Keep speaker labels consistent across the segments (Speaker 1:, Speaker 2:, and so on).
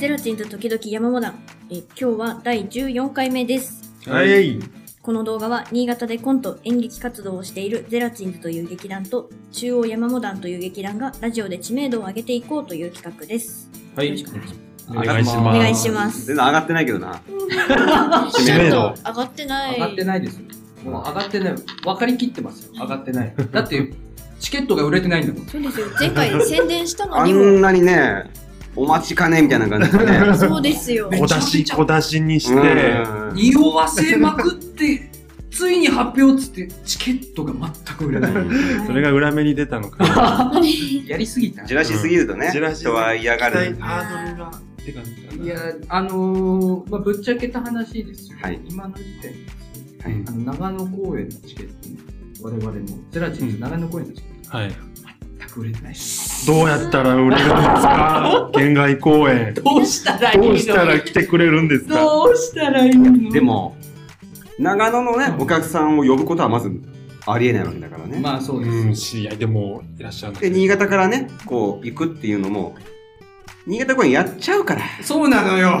Speaker 1: ゼラチンと時々山モダン。え今日は第14回目です。
Speaker 2: はい。
Speaker 1: この動画は新潟でコント演劇活動をしているゼラチンズという劇団と中央山モダンという劇団がラジオで知名度を上げていこうという企画です。
Speaker 2: は
Speaker 1: よろしく
Speaker 2: お願いし
Speaker 1: お
Speaker 2: ま
Speaker 1: 願い
Speaker 2: す。
Speaker 1: しま
Speaker 3: 全然
Speaker 1: す。
Speaker 3: 上がってないけ どな。
Speaker 2: 知名度。
Speaker 1: 上がってない。
Speaker 4: 上がってないですよ。もう上がってない。分かりきってますよ。上がってない。だって、チケットが売れてないんだもん。
Speaker 1: そうですよ。前回宣伝したの
Speaker 3: あ
Speaker 1: に
Speaker 3: ん
Speaker 1: も。
Speaker 3: なにね、お待ちかねみたいな感じでね。
Speaker 1: そうですよ。
Speaker 2: 小出し、小出しにし
Speaker 3: うん
Speaker 2: て、
Speaker 4: 匂わせまくって、ついに発表っつって、チケットが全く売れない。
Speaker 2: それが裏目に出たのか。
Speaker 4: やりすぎた。
Speaker 3: じらしすぎるとね、
Speaker 2: じらしすぎ
Speaker 3: 人は嫌が
Speaker 2: 期
Speaker 3: る
Speaker 2: 待。ハードルが出たみたい
Speaker 4: い
Speaker 2: な。
Speaker 4: や、あのーまあ、ぶっちゃけた話ですよ。
Speaker 3: はい
Speaker 4: 今の時点で
Speaker 3: はい
Speaker 4: あの、長野公演のチケットね、我々も、ゼラチンズ長野公演のチケッ
Speaker 2: はい。
Speaker 4: ト、全く売れてないです。
Speaker 2: どうやったら売れるんです か県外公演。
Speaker 4: どうしたらいいの
Speaker 2: どうしたら来てくれるんですか
Speaker 4: どうしたらいいの
Speaker 3: で、も、長野のね、お客さんを呼ぶことはまずありえないわけだからね。
Speaker 4: まあそうです。
Speaker 2: うん、知り合いでもいらっしゃるんだけ
Speaker 3: で、
Speaker 2: ど
Speaker 3: 新潟からね、こう、行くっていうのも、新潟公園やっちゃうから。
Speaker 4: そうなのよ。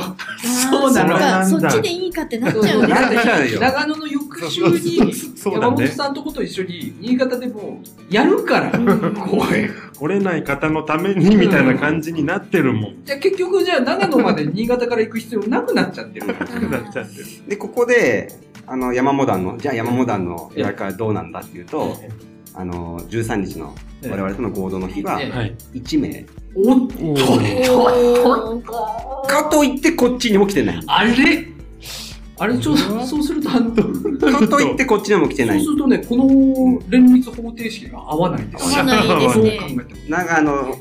Speaker 4: そうなの。
Speaker 1: あーそっ
Speaker 2: な
Speaker 1: か
Speaker 2: んだ
Speaker 1: そっちでいいかってなっちゃう
Speaker 4: そう
Speaker 1: ね。
Speaker 3: なっちゃうよ
Speaker 4: 長野の翌週に
Speaker 2: そう
Speaker 4: 山
Speaker 2: だ
Speaker 4: 本
Speaker 2: ね。
Speaker 4: さんとこと一緒に新潟でもやるから公演
Speaker 2: 来れない方のためにみたいな感じになってるもん。
Speaker 4: じゃあ結局じゃあ長野まで新潟から行く必要なくなっちゃってる
Speaker 2: なっちゃってる
Speaker 3: で、ここで、あの、山モダンの、じゃあ山モダンの予約はどうなんだっていうと、あの、13日の我々との合同の日は
Speaker 4: ええ
Speaker 2: はい。
Speaker 3: 1名。
Speaker 4: おっと
Speaker 2: お
Speaker 1: おー
Speaker 3: かといってこっちにも来てない。
Speaker 4: あれあれちょそうするとあのそう
Speaker 3: かといってこっちにも来てない
Speaker 4: す。るとねこの連立方程式が合わないんです
Speaker 1: 合わないです
Speaker 4: そう考
Speaker 1: ね
Speaker 4: えても
Speaker 3: 長野、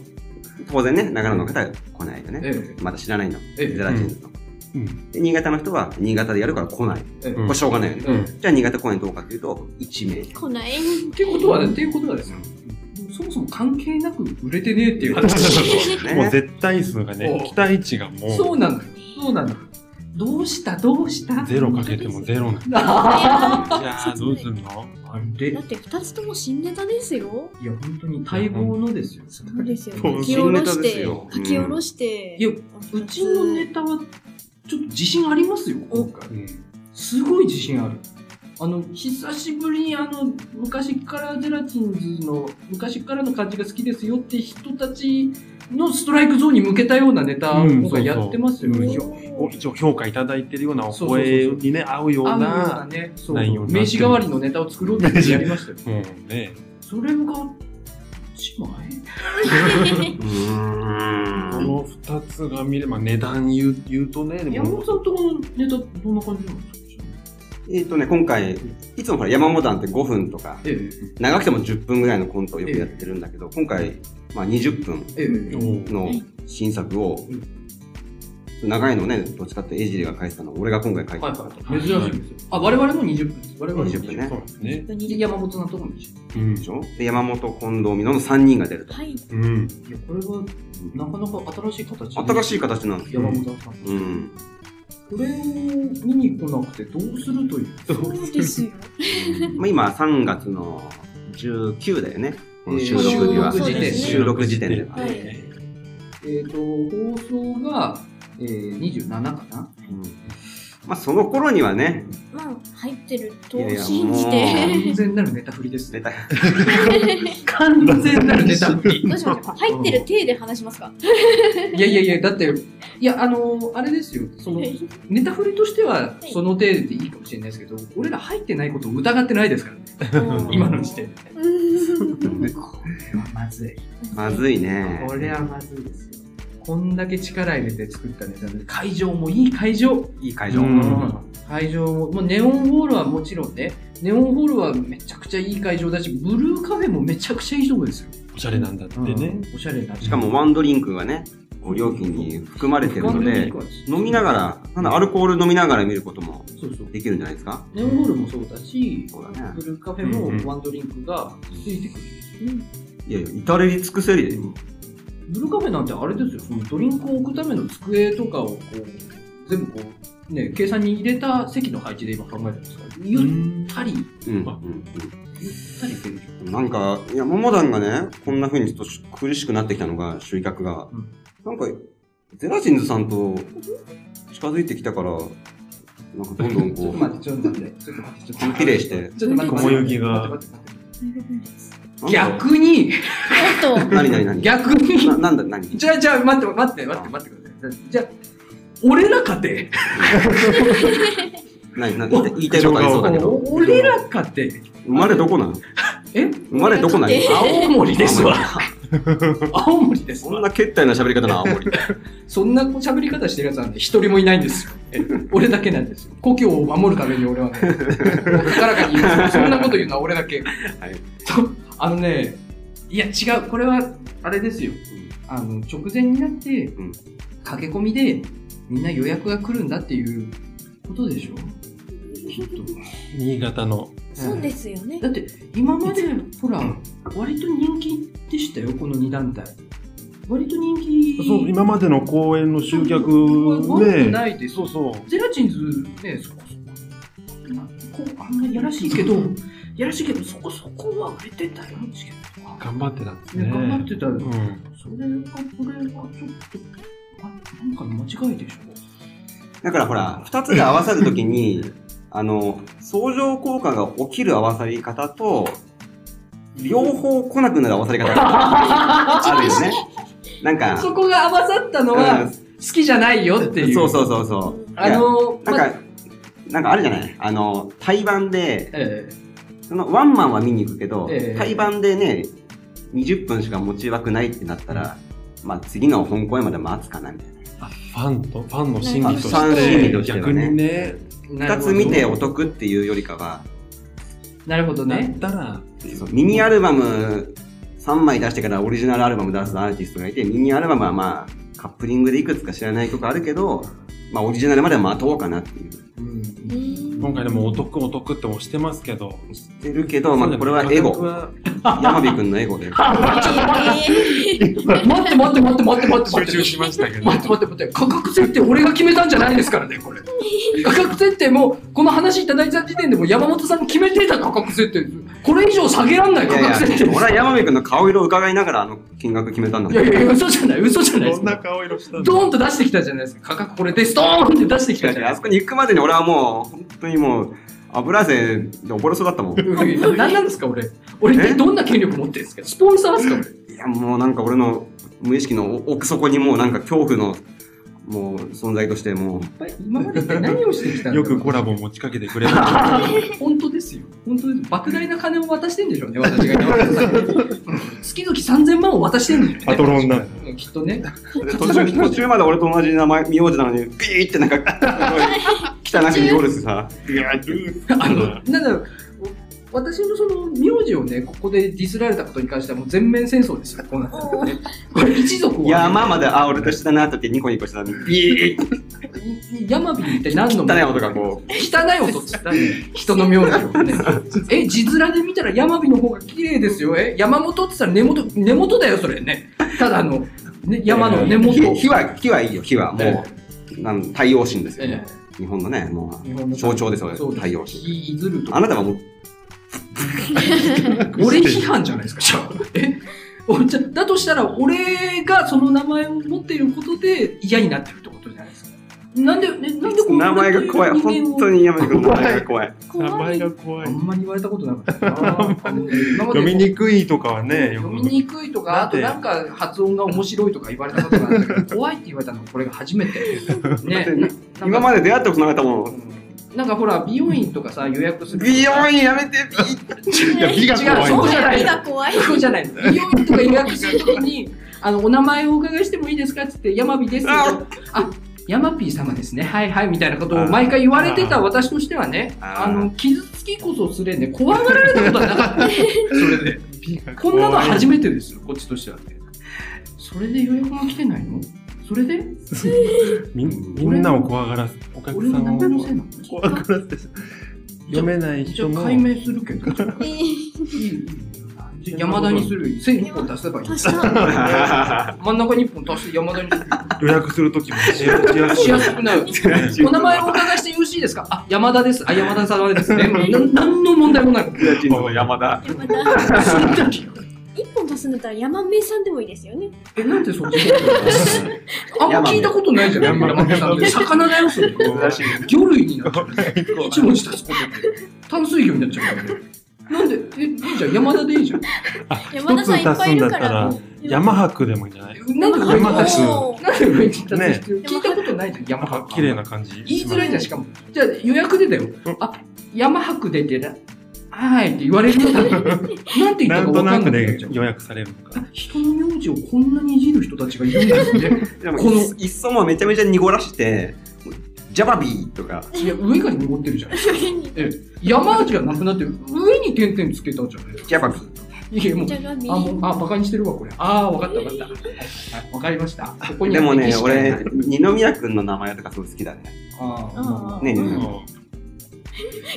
Speaker 3: 当然ね、長野の方は来ないよね。
Speaker 4: え
Speaker 3: まだ知らないの。
Speaker 4: ええ
Speaker 3: ゼラチンズの。
Speaker 2: うん。
Speaker 3: で新潟の人は新潟でやるから来ない。
Speaker 4: ええ
Speaker 3: これしょうがないよね。
Speaker 4: ええ
Speaker 3: じゃあ新潟公演どうかっていうと、1
Speaker 1: 来ない。
Speaker 4: っていうことはね、っていうことはですよ。そもそも関係なく売れてねえっていう話。
Speaker 3: 名。
Speaker 2: もう
Speaker 3: ね、
Speaker 2: 絶対数がね、
Speaker 4: そう
Speaker 2: 期待値がも、
Speaker 4: そううなのよ。そうなのよ。どうしたどうした
Speaker 2: ゼロかけてもゼロなんだ。
Speaker 4: あ
Speaker 2: じゃあ、どうするの
Speaker 4: れい
Speaker 1: だ
Speaker 4: や、
Speaker 1: って二つとも新ネタですよ。
Speaker 4: 本当に待望のですよ。
Speaker 1: そうですよ。
Speaker 2: そう
Speaker 1: 書き下ろ
Speaker 3: 新ネタ
Speaker 1: し
Speaker 3: です
Speaker 1: て、
Speaker 3: よ
Speaker 1: 書き下ろして。
Speaker 4: いや、うちのネタは、ちょっと自信ありますよ、今回
Speaker 2: う。ん。
Speaker 4: すごい自信ある。あの、久しぶりにあの、昔からゼラチンズの、昔からの感じが好きですよって人たちのストライクゾーンに向けたようなネタを
Speaker 2: うん
Speaker 4: 僕はやってますよ。
Speaker 2: そうそう
Speaker 4: 一応
Speaker 2: お一応評価いただいてるようなお
Speaker 4: そうそうそう
Speaker 2: 声
Speaker 4: そう
Speaker 2: にね合うよう
Speaker 4: あ
Speaker 2: な
Speaker 4: のね、そう
Speaker 2: 内容になってる
Speaker 4: 名刺代わりのネタを作ろうってやり ましたよ。
Speaker 2: もうね
Speaker 4: それが、一枚
Speaker 3: うー
Speaker 2: こ
Speaker 3: ん。
Speaker 2: の2つが見れば値段言う言うとねで
Speaker 4: 山
Speaker 2: も
Speaker 4: 本さんとこのネタ、どんな感じなんですか
Speaker 3: えっ、とね、今回、いつもほら山モダンって5分とか、
Speaker 4: え
Speaker 3: 長くても10分ぐらいのコントをよくやってるんだけど、今回、まあ20分
Speaker 4: え、え
Speaker 2: お
Speaker 4: え、
Speaker 2: う
Speaker 3: の新作を、長いのね、どっちかって江尻が書いてたのを俺が今回書いてたの。
Speaker 4: はい、珍しいですよ。あ、我々も20分です。我々も20
Speaker 3: 20
Speaker 4: 分。
Speaker 3: 分ね
Speaker 2: そうですね
Speaker 4: で、山本さんのとこも20分。
Speaker 2: うん
Speaker 3: でしょで、山本、近藤、美濃の3人が出ると。
Speaker 1: はい。
Speaker 2: うん
Speaker 4: いや、これは、なかなか新しい形で。
Speaker 3: 新しい形なんですよ。
Speaker 4: 山本さん。こ
Speaker 3: うん。
Speaker 4: れを見に来なくてどうするという。
Speaker 1: そうですよ。
Speaker 3: まあ、今3月の19だよね。この収録日は。
Speaker 1: えーそうですね
Speaker 3: 収録時点では。
Speaker 1: はい
Speaker 4: えっと、放送が、えー、27かな
Speaker 3: うんまあその頃にはね、
Speaker 1: まあ、入ってると
Speaker 3: いやいや
Speaker 1: 信じ
Speaker 3: も
Speaker 1: て。
Speaker 4: 完全なるネタ振りです
Speaker 3: 出
Speaker 4: ね。
Speaker 3: た
Speaker 4: 完全なるネタ振り。
Speaker 1: どうしましょう。入ってる体で話しますか。
Speaker 4: いやいやいや、だって、いや、あのあれですよ。その、ネタ振りとしては、
Speaker 1: い
Speaker 4: その程度でいいかもしれないですけど、俺ら入ってないことを疑ってないですからね。今の時点で。まずい。
Speaker 3: ま
Speaker 1: い。
Speaker 3: ずいね
Speaker 4: こ。れはまずいですよ。こんだけ力入れて作ったネタで、会場もいい会場。
Speaker 3: いい会場。
Speaker 2: うん
Speaker 4: 会場も、もうネオンホールはもちろんね、ネオンホールはめちゃくちゃいい会場だし、ブルーカフェもめちゃくちゃいいとこですよ。
Speaker 2: おしゃれなんだってね
Speaker 4: うんおしゃれな。
Speaker 3: しかもワンドリンクがね、こう料金に含まれてるので、飲みながら、なんだ、アルコール飲みながら見ることも
Speaker 4: そうそう。
Speaker 3: できるんじゃないですか
Speaker 4: ネオンホールもそうだし、
Speaker 3: そうだね
Speaker 4: ブルーカフェ
Speaker 2: うんうん
Speaker 4: もワンドリンクがついてくる。
Speaker 3: いやいや、至れり尽くせりで。
Speaker 4: ブルーカフェなんてあれですよ、そのドリンクを置くための机とかをこう、全部こう、ね、計算に入れた席の配置で今考えてますから、ゆったり、
Speaker 3: うん。うん
Speaker 2: あ
Speaker 4: ゆったりいけるでしょ。
Speaker 3: うんなんか、いや、モモダンがね、こんな風にちょっと苦しくなってきたのが、集客が
Speaker 4: うん。
Speaker 3: なんか、ゼラチンズさんと近づいてきたから、なんかどんど ん
Speaker 4: ちょっと
Speaker 3: こ
Speaker 4: 待って、ちょっと待って、ちょっと待って、ちょっと待って。
Speaker 3: う、綺麗して。
Speaker 4: ちょっと待って、
Speaker 2: 雲行きが
Speaker 4: 待って待って待
Speaker 3: なんだ
Speaker 4: って。逆に、
Speaker 1: おっと、
Speaker 3: 何何何
Speaker 4: 逆に
Speaker 3: な、なんだ、何
Speaker 4: じゃあ、じゃあ、待って、待って、待って、待ってください。じゃあ、俺らかて、
Speaker 3: 何何言いたいことありそうだけど。
Speaker 4: お俺らかて、
Speaker 3: 生まれどこなの
Speaker 4: え
Speaker 3: 生まれどこなの
Speaker 1: え
Speaker 4: 青森です わ。青森です
Speaker 3: そ
Speaker 4: わ
Speaker 3: ん。なけったいな喋り方な、青森。
Speaker 4: そんな喋り方してるやつなんて一人もいないんですよ。俺だけなんですよ。故郷を守るために俺はね、高らかに言いますそんなこと言うのは俺だけ。
Speaker 3: い
Speaker 4: そうあのね、いや違う、これはあれですよ。あの、直前になって、
Speaker 3: ん
Speaker 4: 駆け込みでみんな予約が来るんだっていうことでしょきっと。
Speaker 5: 新潟の。
Speaker 1: そうですよね
Speaker 4: だ。って今までほら、割と人気でしたよ、この2団体。割と人気。
Speaker 2: そう、今までの公演の集客
Speaker 4: 悪く
Speaker 2: で、
Speaker 4: ないです
Speaker 2: そうそう。
Speaker 4: ゼラチンズね、そこそこ。まあこうあんまりやらしいけど、やらしいけど、そこそこは売れてたよ、チケットが。
Speaker 5: 頑張ってたんですね。
Speaker 4: ね、頑張ってたよ。
Speaker 5: うん。
Speaker 4: それが、これはちょっと、あなんかの間違いでしょ。
Speaker 3: だからほら、二つが合わさるとき に、あの、相乗効果が起きる合わさり方と、両方来なくなる合わさ り方があるよね。なんか、
Speaker 4: そこが合わさったの
Speaker 3: う
Speaker 4: は
Speaker 3: ん
Speaker 4: 好きじゃないよっていう。
Speaker 3: そうそうそうそう。
Speaker 4: あの、
Speaker 3: なん
Speaker 4: まあ
Speaker 3: か、なんかあるじゃないあの、対バンで、
Speaker 4: え
Speaker 3: そのワンマンは見に行くけど、
Speaker 4: ええ
Speaker 3: 対バンでね、20分しか持ち枠ないってなったら、まあ次の本公演まで待つかなみたいな。
Speaker 5: あファンと、ファンの心理とし
Speaker 1: ファン
Speaker 5: て、
Speaker 1: 心
Speaker 3: 理としてはね
Speaker 5: 逆にね、
Speaker 4: えなるほ
Speaker 3: 二
Speaker 4: ど
Speaker 3: つ見てお得っていうよりかは、
Speaker 4: なるほど
Speaker 5: な
Speaker 4: ね
Speaker 5: っ。たら、
Speaker 3: そうミニアルバム3枚出してからオリジナルアルバム出すアーティストがいて、ミニアルバムはまあカップリングでいくつか知らない曲あるけど、まあオリジナルまでは待とうかなっていう。
Speaker 4: うん
Speaker 5: 今回でもお得お得って押してますけど、
Speaker 3: 知ってるけど、まあこれはエ
Speaker 5: 価格
Speaker 3: ゴ。
Speaker 5: は
Speaker 3: 山火くんのエゴで。
Speaker 4: 待って待って待って待って待って待って。
Speaker 5: 集中しましたけど
Speaker 4: 待っ。て待って待って、価格設定俺が決めたんじゃないですからね、これ。価格設定も、この話いただいた時点でもう山本さんが決めてた価格設定です。これ以上下げらんない
Speaker 3: い
Speaker 4: 価
Speaker 3: やいや
Speaker 4: 格設定で、す。
Speaker 3: 俺は山火くんの顔色を伺いながらあの金額決めたんだもん。
Speaker 4: いやいやいや、嘘じゃない、嘘じゃないです
Speaker 2: どんな顔色したの
Speaker 4: ドーンと出してきたじゃないですか。価格これです。ドーンって出してき
Speaker 3: いや
Speaker 4: た
Speaker 3: い
Speaker 4: じ
Speaker 3: や
Speaker 4: ゃ
Speaker 3: あ
Speaker 4: ない
Speaker 3: そこに行くまでに俺はもう、本当にもう、油汗で溺れそうだったもん。い
Speaker 4: ですか。何なんですか、俺。俺一体どんな権力持ってるんですかスポンサーですか、俺。
Speaker 3: や、もうなんか俺の無意識の奥底にもうなんか恐怖の、もう存在としてもう、
Speaker 4: 今まで一体何をしてきたんだ
Speaker 5: よくコラボ持ちかけてく れた。
Speaker 4: 本当ですよ。本当です。莫大な金を渡してんでしょうね、私が山本さんに。 月々3000万を渡してんでしょうね。
Speaker 2: パトロンな。
Speaker 4: うんきっとね。
Speaker 3: 途 中、途中まで俺と同じ名前、名字なのに、ビーってなんか、すごい汚く濁る しさ、
Speaker 2: いや、ルー
Speaker 4: あの、なんだろう、お私のその名字をね、ここでディスられたことに関してはもう全面戦争ですよ、こうなったらねこれ一族を、
Speaker 3: 山まで、あ、俺と一緒だなって言ってニコニコしてたのに、ビーって
Speaker 4: い山火にって何の
Speaker 3: 汚い音がこう、
Speaker 4: 汚い音っつったね。人の名字を ね。え、字面で見たら山火の方が綺麗ですよ。え、山本って言ったら根元、根元だよ、それね。ただの、ね、山の根元。
Speaker 3: 火火は、火はいいよ、火は。もう、なん太陽神ですよ、
Speaker 4: え
Speaker 3: ね。日本のね、も
Speaker 4: え日本
Speaker 3: う、
Speaker 4: の
Speaker 3: 象徴ですよ、
Speaker 4: そう
Speaker 3: 太陽神。
Speaker 4: 火いずると
Speaker 3: あなたはもう、
Speaker 4: 俺批判じゃないですか、じゃあ。え おじゃだとしたら、俺がその名前を持っていることで嫌になってるってことじゃないですか。なんで、ね、なんでこんな
Speaker 3: 名前が怖い。本当。に山口君の名前が怖い。
Speaker 4: 怖い
Speaker 2: 名前が怖
Speaker 4: あ
Speaker 2: い。
Speaker 4: んまり言われたことなかったな。 あのね今まで
Speaker 2: 読みにくいとかはね、よ
Speaker 4: 読
Speaker 2: く
Speaker 4: みにくいとか、あとなんか発音が面白いとか言われたことがあった けど、怖いって言われたのこれが初めて。ね
Speaker 3: だって。
Speaker 4: な
Speaker 3: 今まで出会ったことなかったもん。
Speaker 4: うんなんかほら、美容院とかさ、予約する。
Speaker 3: 美容院やめて、ビ ーって。
Speaker 2: いや、美が怖い
Speaker 4: 違うそ
Speaker 2: ん
Speaker 4: う
Speaker 2: だ。
Speaker 4: じゃない
Speaker 1: 目が怖い。
Speaker 4: そうじゃ ない。美容院とか予約するときに、あの、お名前をお伺いしてもいいですかって言って、山火ですよ
Speaker 3: あ。
Speaker 4: あ、山火様ですね。はいはい、みたいなことを毎回言われてた私としてはね、
Speaker 3: あ
Speaker 4: あの、傷つきこそすれね、怖がられたことはなかった。 それで。
Speaker 2: 美が
Speaker 4: こんなの
Speaker 2: 怖い
Speaker 4: 初めてですよ、こっちとしてはね。それで予約が来てないのそれで
Speaker 5: みみんなを怖がらせ、お客
Speaker 4: 俺
Speaker 5: さ
Speaker 4: の名
Speaker 5: ん
Speaker 4: 前の
Speaker 5: を
Speaker 4: せいなの
Speaker 2: 怖がらせて読めない
Speaker 4: じゃ
Speaker 2: 人
Speaker 4: あ
Speaker 2: も
Speaker 4: 解明するけ ど。山田にするよ。線一本出せばいい。
Speaker 1: 足した。
Speaker 4: 真ん中に一本足して山田にする。
Speaker 2: 予約するときもしやすい
Speaker 4: しやすくなる。 お名前をお伺いしてよろしいですかあ、山田です。あ、山田 様ですね。な何の問題もない。
Speaker 3: 家賃の山田。
Speaker 1: 山田。
Speaker 4: そんなに
Speaker 1: 一本出
Speaker 6: 社するんだったら山名さんでもいいですよね。
Speaker 4: え、なんでそっちに行くのあんま聞いたことないじゃん、
Speaker 2: 山
Speaker 4: 山
Speaker 2: 名
Speaker 4: 名さんって。魚だよ、それ。
Speaker 2: 確か
Speaker 4: 魚類になっちゃう。一文字足すことで淡水魚になっちゃうからね。なんで、え、いいじゃん、山田でいいじゃん。
Speaker 6: 山田さんいっぱいいるから。
Speaker 2: 一つ足すんだったら 山博でもいいんじゃない
Speaker 4: なんで上に
Speaker 2: 山田氏
Speaker 6: も
Speaker 4: なんで上に立つ必要聞いたことないじゃん、山
Speaker 2: あ
Speaker 4: 博。
Speaker 2: 綺麗な感じ
Speaker 4: 言いづらいじゃん、しかも。じゃあ予約でだよ。あ、山博で出た。はーいって言われるようになるなんて言っ
Speaker 2: な
Speaker 4: たか
Speaker 2: ん
Speaker 4: わ
Speaker 2: と
Speaker 4: か
Speaker 2: なんく
Speaker 4: なくなっ
Speaker 2: で
Speaker 4: ちゃう。
Speaker 2: 予約されるのか
Speaker 4: 人の名字をこんなにいじる人たちがいるんです ね。
Speaker 3: でも
Speaker 4: この
Speaker 3: いっそもめちゃめちゃ濁らして、ジャバビーとか、
Speaker 4: いや、上が濁ってるじゃん。
Speaker 6: 上に
Speaker 4: ええ、山味がなくなって、上に点々つけたじゃない
Speaker 3: ジャバビー。
Speaker 4: いや、もう
Speaker 6: じ。ゃがみ。
Speaker 4: あ、もう、あ、バカにしてるわ、これ。ああ、わかった、わかった。はいはいわかりました。ここに
Speaker 3: で
Speaker 4: は
Speaker 3: もね
Speaker 4: 歴、史がない
Speaker 3: 俺、二宮君の名前とかすごい好きだね。
Speaker 4: あーまあまあ
Speaker 6: うん
Speaker 3: ねえねえ
Speaker 2: な
Speaker 3: ね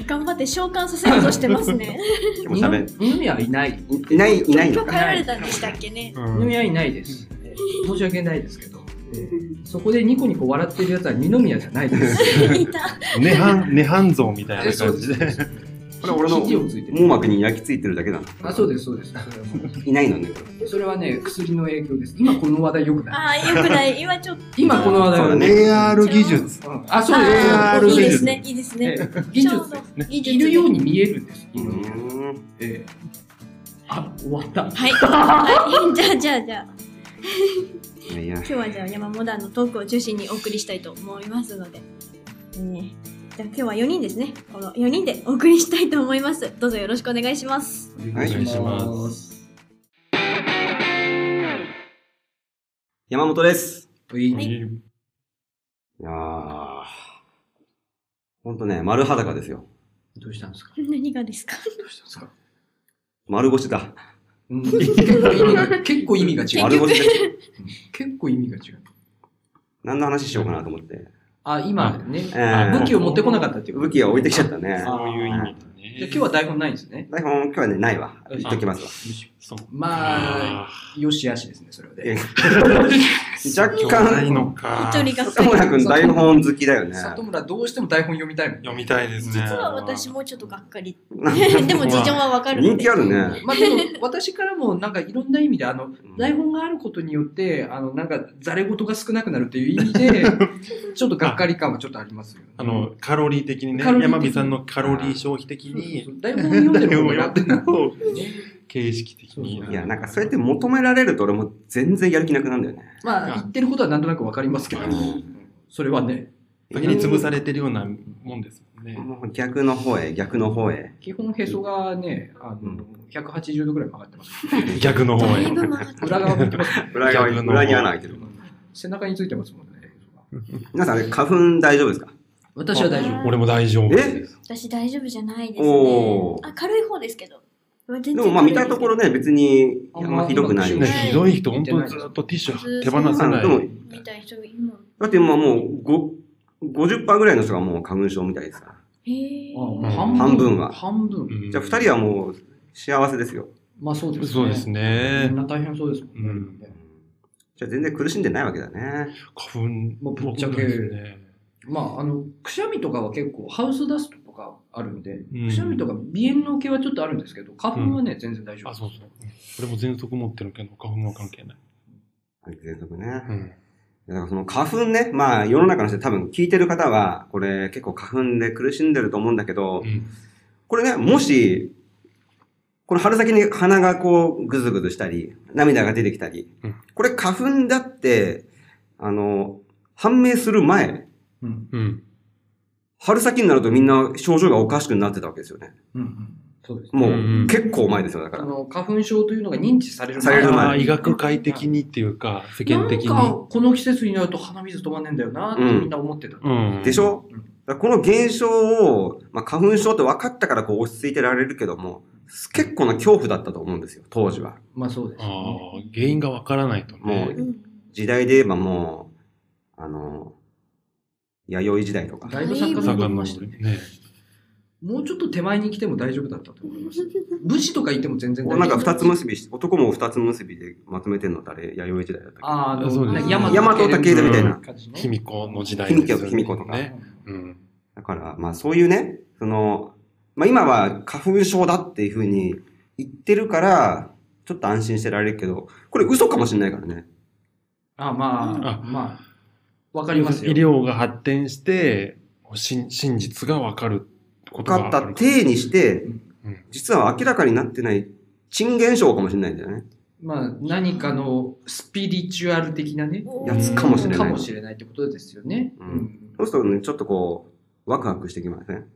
Speaker 6: 頑張って召喚させようとしてますね。
Speaker 3: え、でも
Speaker 4: 二
Speaker 3: 喋る
Speaker 4: 二宮はいない。
Speaker 3: いいない、いない
Speaker 6: 今日
Speaker 3: のか。
Speaker 6: 帰られたんでしたっけね。
Speaker 2: う
Speaker 4: 二
Speaker 2: ん
Speaker 4: 宮はいないです。えー申し訳ないですけど。えーそこでニコニコ笑ってるやつは二宮じゃないです。
Speaker 6: いた。
Speaker 2: 涅槃涅槃像みたいな感じで
Speaker 3: これ俺の
Speaker 4: 肘をついてる。
Speaker 3: 網膜に焼き付いてるだけなの。
Speaker 4: あ、そうです、そうです。それはも
Speaker 3: いないのね。
Speaker 4: うそれはね、薬の影響です。今この話題良くない。
Speaker 6: ああ、よくない。今ちょっと。
Speaker 4: 今この話題は
Speaker 3: そうだね
Speaker 4: ね。
Speaker 2: AR 技術
Speaker 4: うんあ、そうです
Speaker 6: あ
Speaker 4: そ
Speaker 6: ー
Speaker 4: う
Speaker 6: いい
Speaker 4: で。
Speaker 6: ですすね。いいですね。
Speaker 4: えー
Speaker 6: ち
Speaker 4: 技
Speaker 6: ょう
Speaker 4: 術
Speaker 6: ど
Speaker 4: です。
Speaker 6: いい
Speaker 4: いるように見えるんです。
Speaker 3: うーん。
Speaker 4: ええあ、終わった。
Speaker 6: はい。はい。じゃあ、じゃあ、じゃあ。
Speaker 3: いやいや
Speaker 1: 今。日はじゃあ山モダンのトークを中心にお送りしたいと思いますので、えーじゃあ今日は4人ですねこの4人でお送りしたいと思いますどうぞよろしくお願いします
Speaker 4: お。
Speaker 3: 願
Speaker 2: いします
Speaker 3: 山本です。
Speaker 4: はい。
Speaker 3: いやー。ほんとね、丸裸ですよ。
Speaker 4: どうしたんですか
Speaker 1: 何がですか
Speaker 4: どうしたんですか、
Speaker 3: 丸腰だ。
Speaker 4: うん、結構意味が結構意味が違う。
Speaker 3: 丸腰です。
Speaker 4: 結構意味が違う。
Speaker 3: 何の話しようかなと思って。
Speaker 4: あ、今ね、
Speaker 3: えー
Speaker 4: あ武器を持ってこなかったっていうこと
Speaker 3: 武器は置いてきちゃったね。
Speaker 2: そういう意味だ
Speaker 4: じゃあ
Speaker 2: ね
Speaker 4: 今日は台本ないんですね。
Speaker 3: 台本今日はね、ないわ。言っときますわ。
Speaker 2: そう
Speaker 4: まあ、よしあしですね、それは
Speaker 3: え
Speaker 4: ね。
Speaker 3: 若
Speaker 2: ない
Speaker 3: 干、
Speaker 2: のか
Speaker 1: 一人が
Speaker 3: 里村くん台本好きだよね。
Speaker 4: 里村どうしても台本読みたいもん。
Speaker 2: 読みたいですね実
Speaker 1: 実は私もちょっとがっかり
Speaker 3: なんか
Speaker 1: でも事情はわかるの
Speaker 3: 人
Speaker 1: で
Speaker 3: 気あるね。
Speaker 4: まあでも、私からもなんかいろんな意味で、あの、台本があることによって、あの、なんか、ざれ言が少なくなるっていう意味 で、ちょっとがっかり感はちょっとありますよ、ね。
Speaker 2: あの、カロリー的にね、
Speaker 4: カロリー的に
Speaker 2: 山火さんのカロリー消費的に、
Speaker 4: 台本読んでる方が 楽なの。
Speaker 2: 形式的に。
Speaker 3: いや、なんかそうやって求められると俺も全然やる気なくなるんだよね。
Speaker 4: まあ、言ってることはなんとなくわかりますけど、それはね、
Speaker 2: 先に潰されてるようなもんですもんね。
Speaker 3: もう逆の方へ、逆の方へ。
Speaker 4: 基本へそがね、あの、180度ぐらい曲がってます。
Speaker 2: 逆の方
Speaker 6: だ
Speaker 2: へ
Speaker 6: い。ぶ曲がって
Speaker 4: 裏側向いてます、ね。
Speaker 3: 裏側に、
Speaker 2: 逆の方
Speaker 3: 裏に穴開い てる。
Speaker 4: 背中についてますもんね。
Speaker 3: 皆さんあれ、花粉大丈夫ですか
Speaker 4: 私は大丈夫。
Speaker 2: 俺も大丈夫です。
Speaker 1: 私大丈夫じゃないですね
Speaker 3: おー
Speaker 1: あ軽い方ですけどで
Speaker 3: でもまあ見たところね、別にあんまひどくない。
Speaker 4: 俺
Speaker 2: ね
Speaker 3: だ
Speaker 2: ひどい人、本当ずっとティッシュ手放せない。
Speaker 1: みたい人が今
Speaker 3: って今もうご50%ぐらいの人がもう花粉症みたいですから。
Speaker 1: へえ
Speaker 4: あ
Speaker 3: 半分は
Speaker 4: 半分。
Speaker 2: うん
Speaker 3: じゃあ2人はもう幸せですよ。
Speaker 4: まあそうですね。
Speaker 2: そうです
Speaker 4: み
Speaker 2: ね
Speaker 4: ん。な大変そうですもんね。
Speaker 2: うん
Speaker 3: じゃあ全然苦しんでないわけだね。
Speaker 2: 花粉、
Speaker 4: まあぶっちゃけ
Speaker 2: ですね。
Speaker 4: まあ、あの、くしゃみとかは結構、ハウスダストとかあるんで、
Speaker 2: うん
Speaker 4: くしゃみとか鼻炎の系はちょっとあるんですけど、花粉はね、全然大丈夫。
Speaker 2: あ、そうそう。俺も喘息持ってるけど、花粉は関係ない。
Speaker 3: 全息ね。
Speaker 2: うん。
Speaker 3: だからその花粉ね、まあ世の中の人多分聞いてる方は、これ結構花粉で苦しんでると思うんだけど、
Speaker 2: うん
Speaker 3: これね、もし、この春先に鼻がこうぐずぐずしたり、涙が出てきたり、
Speaker 2: うん
Speaker 3: これ花粉だって、あの、判明する前、
Speaker 4: うん。
Speaker 2: うん。
Speaker 3: 春先になるとみんな症状がおかしくなってたわけですよね。
Speaker 4: うんうん。そうです。
Speaker 3: も
Speaker 2: うん
Speaker 3: う結構前ですよ、だか
Speaker 4: あ
Speaker 3: ら。
Speaker 4: の、花粉症というのが認知される
Speaker 3: される前
Speaker 2: まあ、医学界的にっていうか、世間的に。
Speaker 4: なんか、この季節になると鼻水止まんねえんだよなってみんな思ってた。
Speaker 2: うん
Speaker 3: でしょ
Speaker 4: うん
Speaker 3: だからこの現象を、まあ、花粉症って分かったからこう落ち着いてられるけども、結構な恐怖だったと思うんですよ、当時は。
Speaker 4: まあそうです、
Speaker 2: ああ、原因がわからないと
Speaker 3: も
Speaker 2: ね。
Speaker 3: う、時代で言えばもう、あの、弥生時代とか。
Speaker 4: だいぶ作家さんがいましたね。
Speaker 2: ね。
Speaker 4: もうちょっと手前に来ても大丈夫だったと思います。武士とかいても全然大丈
Speaker 3: 俺な
Speaker 4: 夫。
Speaker 3: んか二つ結びし、男も二つ結びでまとめてんのってあれ、弥生時代だったっ
Speaker 4: あーあの、
Speaker 2: そう
Speaker 4: な
Speaker 2: です
Speaker 4: んか
Speaker 2: ね
Speaker 4: 大和
Speaker 3: 大和武田み
Speaker 2: たいな
Speaker 4: 感じね
Speaker 2: 卑弥呼の時代
Speaker 3: 卑弥呼
Speaker 2: ですよね
Speaker 3: 卑弥呼とか
Speaker 2: ね。うん。
Speaker 3: けだから、まあそういうね、その、まあ今は花粉症だっていうふうに言ってるから、ちょっと安心してられるけど、これ嘘かもしれないからね。
Speaker 4: あ、まあ、
Speaker 5: あ
Speaker 4: まあ、わかりますよ。
Speaker 5: 医療が発展して、真真実が分かることが
Speaker 3: 分か
Speaker 5: 分
Speaker 3: っ
Speaker 5: か
Speaker 3: た
Speaker 5: る。
Speaker 3: 体にして
Speaker 5: うん、
Speaker 3: 実は明らかになってない、珍現象かもしれないんだよね。
Speaker 4: まあ、何かのスピリチュアル的なね、
Speaker 3: やつかもしれない
Speaker 4: かもしれないってことですよね。
Speaker 3: うんそうするとね、ちょっとこう、ワクワクしてきません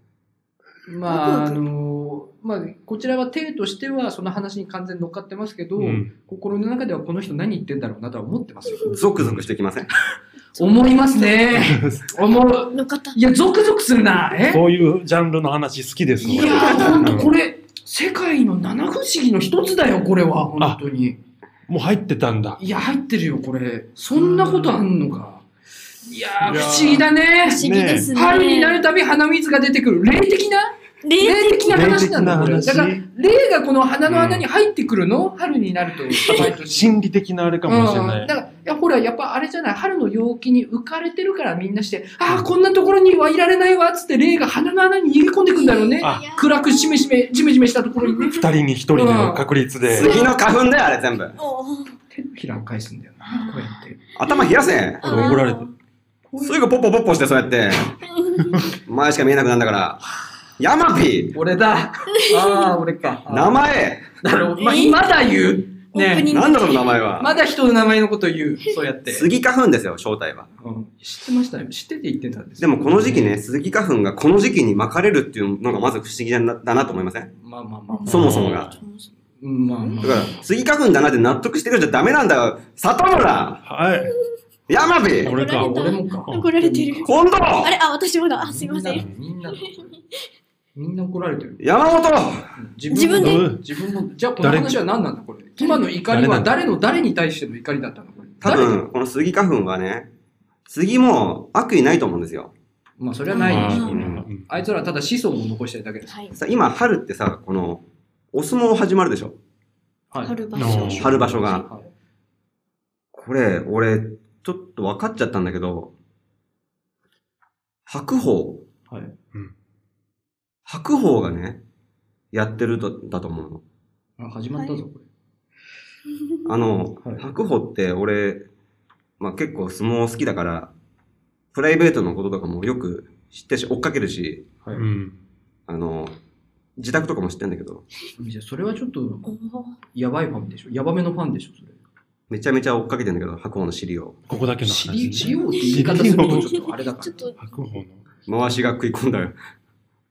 Speaker 4: まあ、あの、まあ、こちらは体としては、その話に完全に乗っかってますけど、
Speaker 5: うん
Speaker 4: 心の中ではこの人何言ってんだろうなとは思ってますよ。
Speaker 3: ゾクゾクしてきません
Speaker 4: 思いますね。思う。
Speaker 6: の方。
Speaker 4: いや、ゾクゾクするな。え
Speaker 5: そういうジャンルの話好きです
Speaker 4: いやー、ほんとこれ、世界の七不思議の一つだよ、これは。本当に。
Speaker 5: もう入ってたんだ。
Speaker 4: いや、入ってるよ、これ。そんなことあんのか。いやー、
Speaker 5: いやー
Speaker 4: 不思議だね
Speaker 6: 不。思議ですね。
Speaker 4: 春になるたび鼻水が出てくる。霊的な霊的な話なんだ、これ。
Speaker 5: 霊的
Speaker 4: だ
Speaker 5: な話
Speaker 4: から、霊がこの鼻の穴に入ってくるの、春になると。毎年。
Speaker 5: 心理的なあれかもしれな
Speaker 4: うん
Speaker 5: い。
Speaker 4: だからいやほらやっぱあれじゃない春の陽気に浮かれてるからみんなして「ああこんなところにはいられないわ」っつって霊が鼻の穴に逃げ込んでくんだろうね
Speaker 5: あ
Speaker 4: 暗くしめしめじめじめしたところに ね
Speaker 5: 二人に一人の確率で。
Speaker 3: 杉の花粉だよ、あれ全部。
Speaker 4: 手のひらを返すんだよなこうやって
Speaker 3: 頭冷やせ
Speaker 5: これ怒られて
Speaker 6: る。
Speaker 3: すぐポッポポッポして、そうやって。前しか見えなくなるんだから。ヤマピ
Speaker 4: 俺 だああ俺か
Speaker 3: ー名前
Speaker 4: だろう、ままだ言う。
Speaker 1: オープニ
Speaker 4: ね
Speaker 1: ン
Speaker 3: なんだろう、名前は。
Speaker 4: まだ人の名前のこと 言う。そうやって。
Speaker 3: 杉花粉ですよ、正体は。
Speaker 4: うん知ってましたよ。知ってて言ってたんです
Speaker 3: で
Speaker 4: よ
Speaker 3: もこの時期。ね、杉花粉がこの時期に巻かれるっていうのがまず不思議だなだなと思いません
Speaker 4: まあまあまあ。
Speaker 3: そもそもが。
Speaker 4: うんまあま
Speaker 3: だから、杉花粉だなって納得してるじゃダメなんだよ。里村
Speaker 5: はい。
Speaker 3: ヤマピ
Speaker 5: これ
Speaker 4: あ。
Speaker 5: か。
Speaker 4: 俺もか。
Speaker 6: 怒られてる。
Speaker 3: 近藤
Speaker 6: あれ、あ、私もだ。あ、すいません。
Speaker 4: みんなだ。みんなだみんな怒られてる。
Speaker 3: 山本
Speaker 4: 自分
Speaker 5: で
Speaker 4: も自分も。じゃあこの話は何なんだこれ。今の怒り
Speaker 5: 誰な
Speaker 4: は
Speaker 5: んだ
Speaker 4: 誰の誰に対しての怒りだったのこれ。
Speaker 3: 多
Speaker 4: 誰
Speaker 3: 分、この杉花粉はね、杉も悪意ないと思うんですよ。
Speaker 4: まあそれはないでしょう
Speaker 5: う
Speaker 4: ね。
Speaker 5: ん
Speaker 4: あいつらはただ子孫を残してるだけです。
Speaker 6: はい。
Speaker 3: さ今、春ってさ、この、お相撲始まるでしょ
Speaker 4: はい
Speaker 6: 春場
Speaker 5: あー
Speaker 6: 所。
Speaker 3: 春場所が。
Speaker 4: はい
Speaker 3: これ、俺、ちょっと分かっちゃったんだけど、白鵬。
Speaker 4: はい
Speaker 5: うん
Speaker 3: 白鵬がね、やってると、だと思うの。
Speaker 4: あ始まったぞ、こ
Speaker 3: あの、
Speaker 4: はい
Speaker 3: 白鵬って俺、まあ結構相撲好きだから、プライベートのこととかもよく知ってるし、追っかけるし、
Speaker 4: れ。
Speaker 5: う
Speaker 4: はい。
Speaker 5: ん。
Speaker 3: あの、自宅とかも知ってんだけど、
Speaker 4: じゃあそれはちょっと、
Speaker 6: おー
Speaker 4: やばいファンでしょやばめのファンでしょそれ。
Speaker 3: めちゃめちゃ追っかけてんだけど、白鵬の尻を。
Speaker 5: ここだけの
Speaker 4: 知り、
Speaker 5: 話
Speaker 4: 知
Speaker 5: ね。
Speaker 4: ようって言い方するとちょっとあれだか
Speaker 6: ちょっと、
Speaker 5: 白鵬の。
Speaker 3: 回しが食い込んだ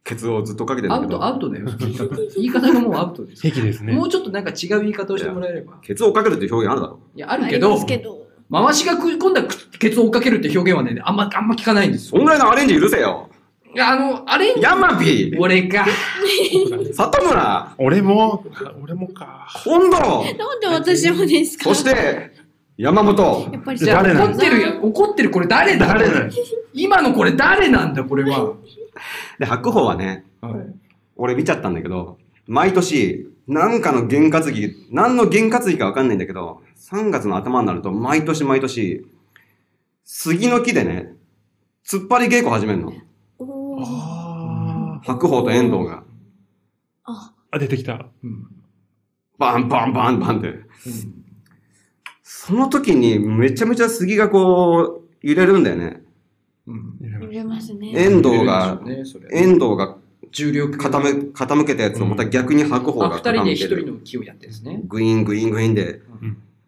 Speaker 3: ケツをずっと追っかけてん
Speaker 4: ら。ア
Speaker 3: だけ
Speaker 4: ウト、
Speaker 3: ど、
Speaker 4: アウトだよ。言い方言い方がもうアウトです。
Speaker 5: 癖ですね
Speaker 4: も。うちょっとなんか違う言い方をしてもらえれば。
Speaker 3: ケツを追っかけるっていう表現あるだろ
Speaker 4: いや、ある
Speaker 6: あ
Speaker 4: け
Speaker 6: り
Speaker 4: ど
Speaker 6: ます、けど。
Speaker 4: 回しが食い込んだケツを追っかけるって表現はね、あんま、あんま聞かないんです
Speaker 3: そん
Speaker 4: よ。
Speaker 3: ぐらいのアレンジ許せよ
Speaker 4: いや、あの、あれ
Speaker 3: ヤマピー
Speaker 4: 俺か。
Speaker 3: 里村
Speaker 5: 俺も、俺もか。
Speaker 3: 近藤
Speaker 6: なんで私もですか
Speaker 3: そして、山本
Speaker 6: やっぱり
Speaker 4: じゃあ
Speaker 5: 誰な
Speaker 4: 怒
Speaker 5: ん
Speaker 4: っ
Speaker 5: だ
Speaker 4: てるや、怒ってるこれ誰だ
Speaker 5: 誰だよ
Speaker 4: 今のこれ誰なんだこれは。
Speaker 3: で、白鵬はね、
Speaker 4: はい
Speaker 3: 俺見ちゃったんだけど、毎年、なんかの験担ぎ、何の験担ぎかわかんないんだけど、3月の頭になると、毎年毎年、杉の木でね、突っ張り稽古始めるの。
Speaker 6: おー
Speaker 5: あ
Speaker 3: 白鵬と遠藤が、
Speaker 6: あ、
Speaker 5: あ。出てきた。
Speaker 4: うん
Speaker 3: バンバンバンバンって。
Speaker 4: うん
Speaker 3: その時にめちゃめちゃ杉がこう揺れるんだよね。
Speaker 4: うん
Speaker 6: 揺れますね。
Speaker 3: 遠藤が、
Speaker 4: 出てるでしょうねそれ
Speaker 3: 遠藤が
Speaker 4: 重量級
Speaker 3: 傾傾けたやつをまた逆に白鵬
Speaker 4: あ
Speaker 3: が
Speaker 4: 二
Speaker 3: 傾
Speaker 4: 人で
Speaker 3: け
Speaker 4: 一
Speaker 3: る。
Speaker 4: 人の木をやってですね。
Speaker 3: グイーングイーングイーンで。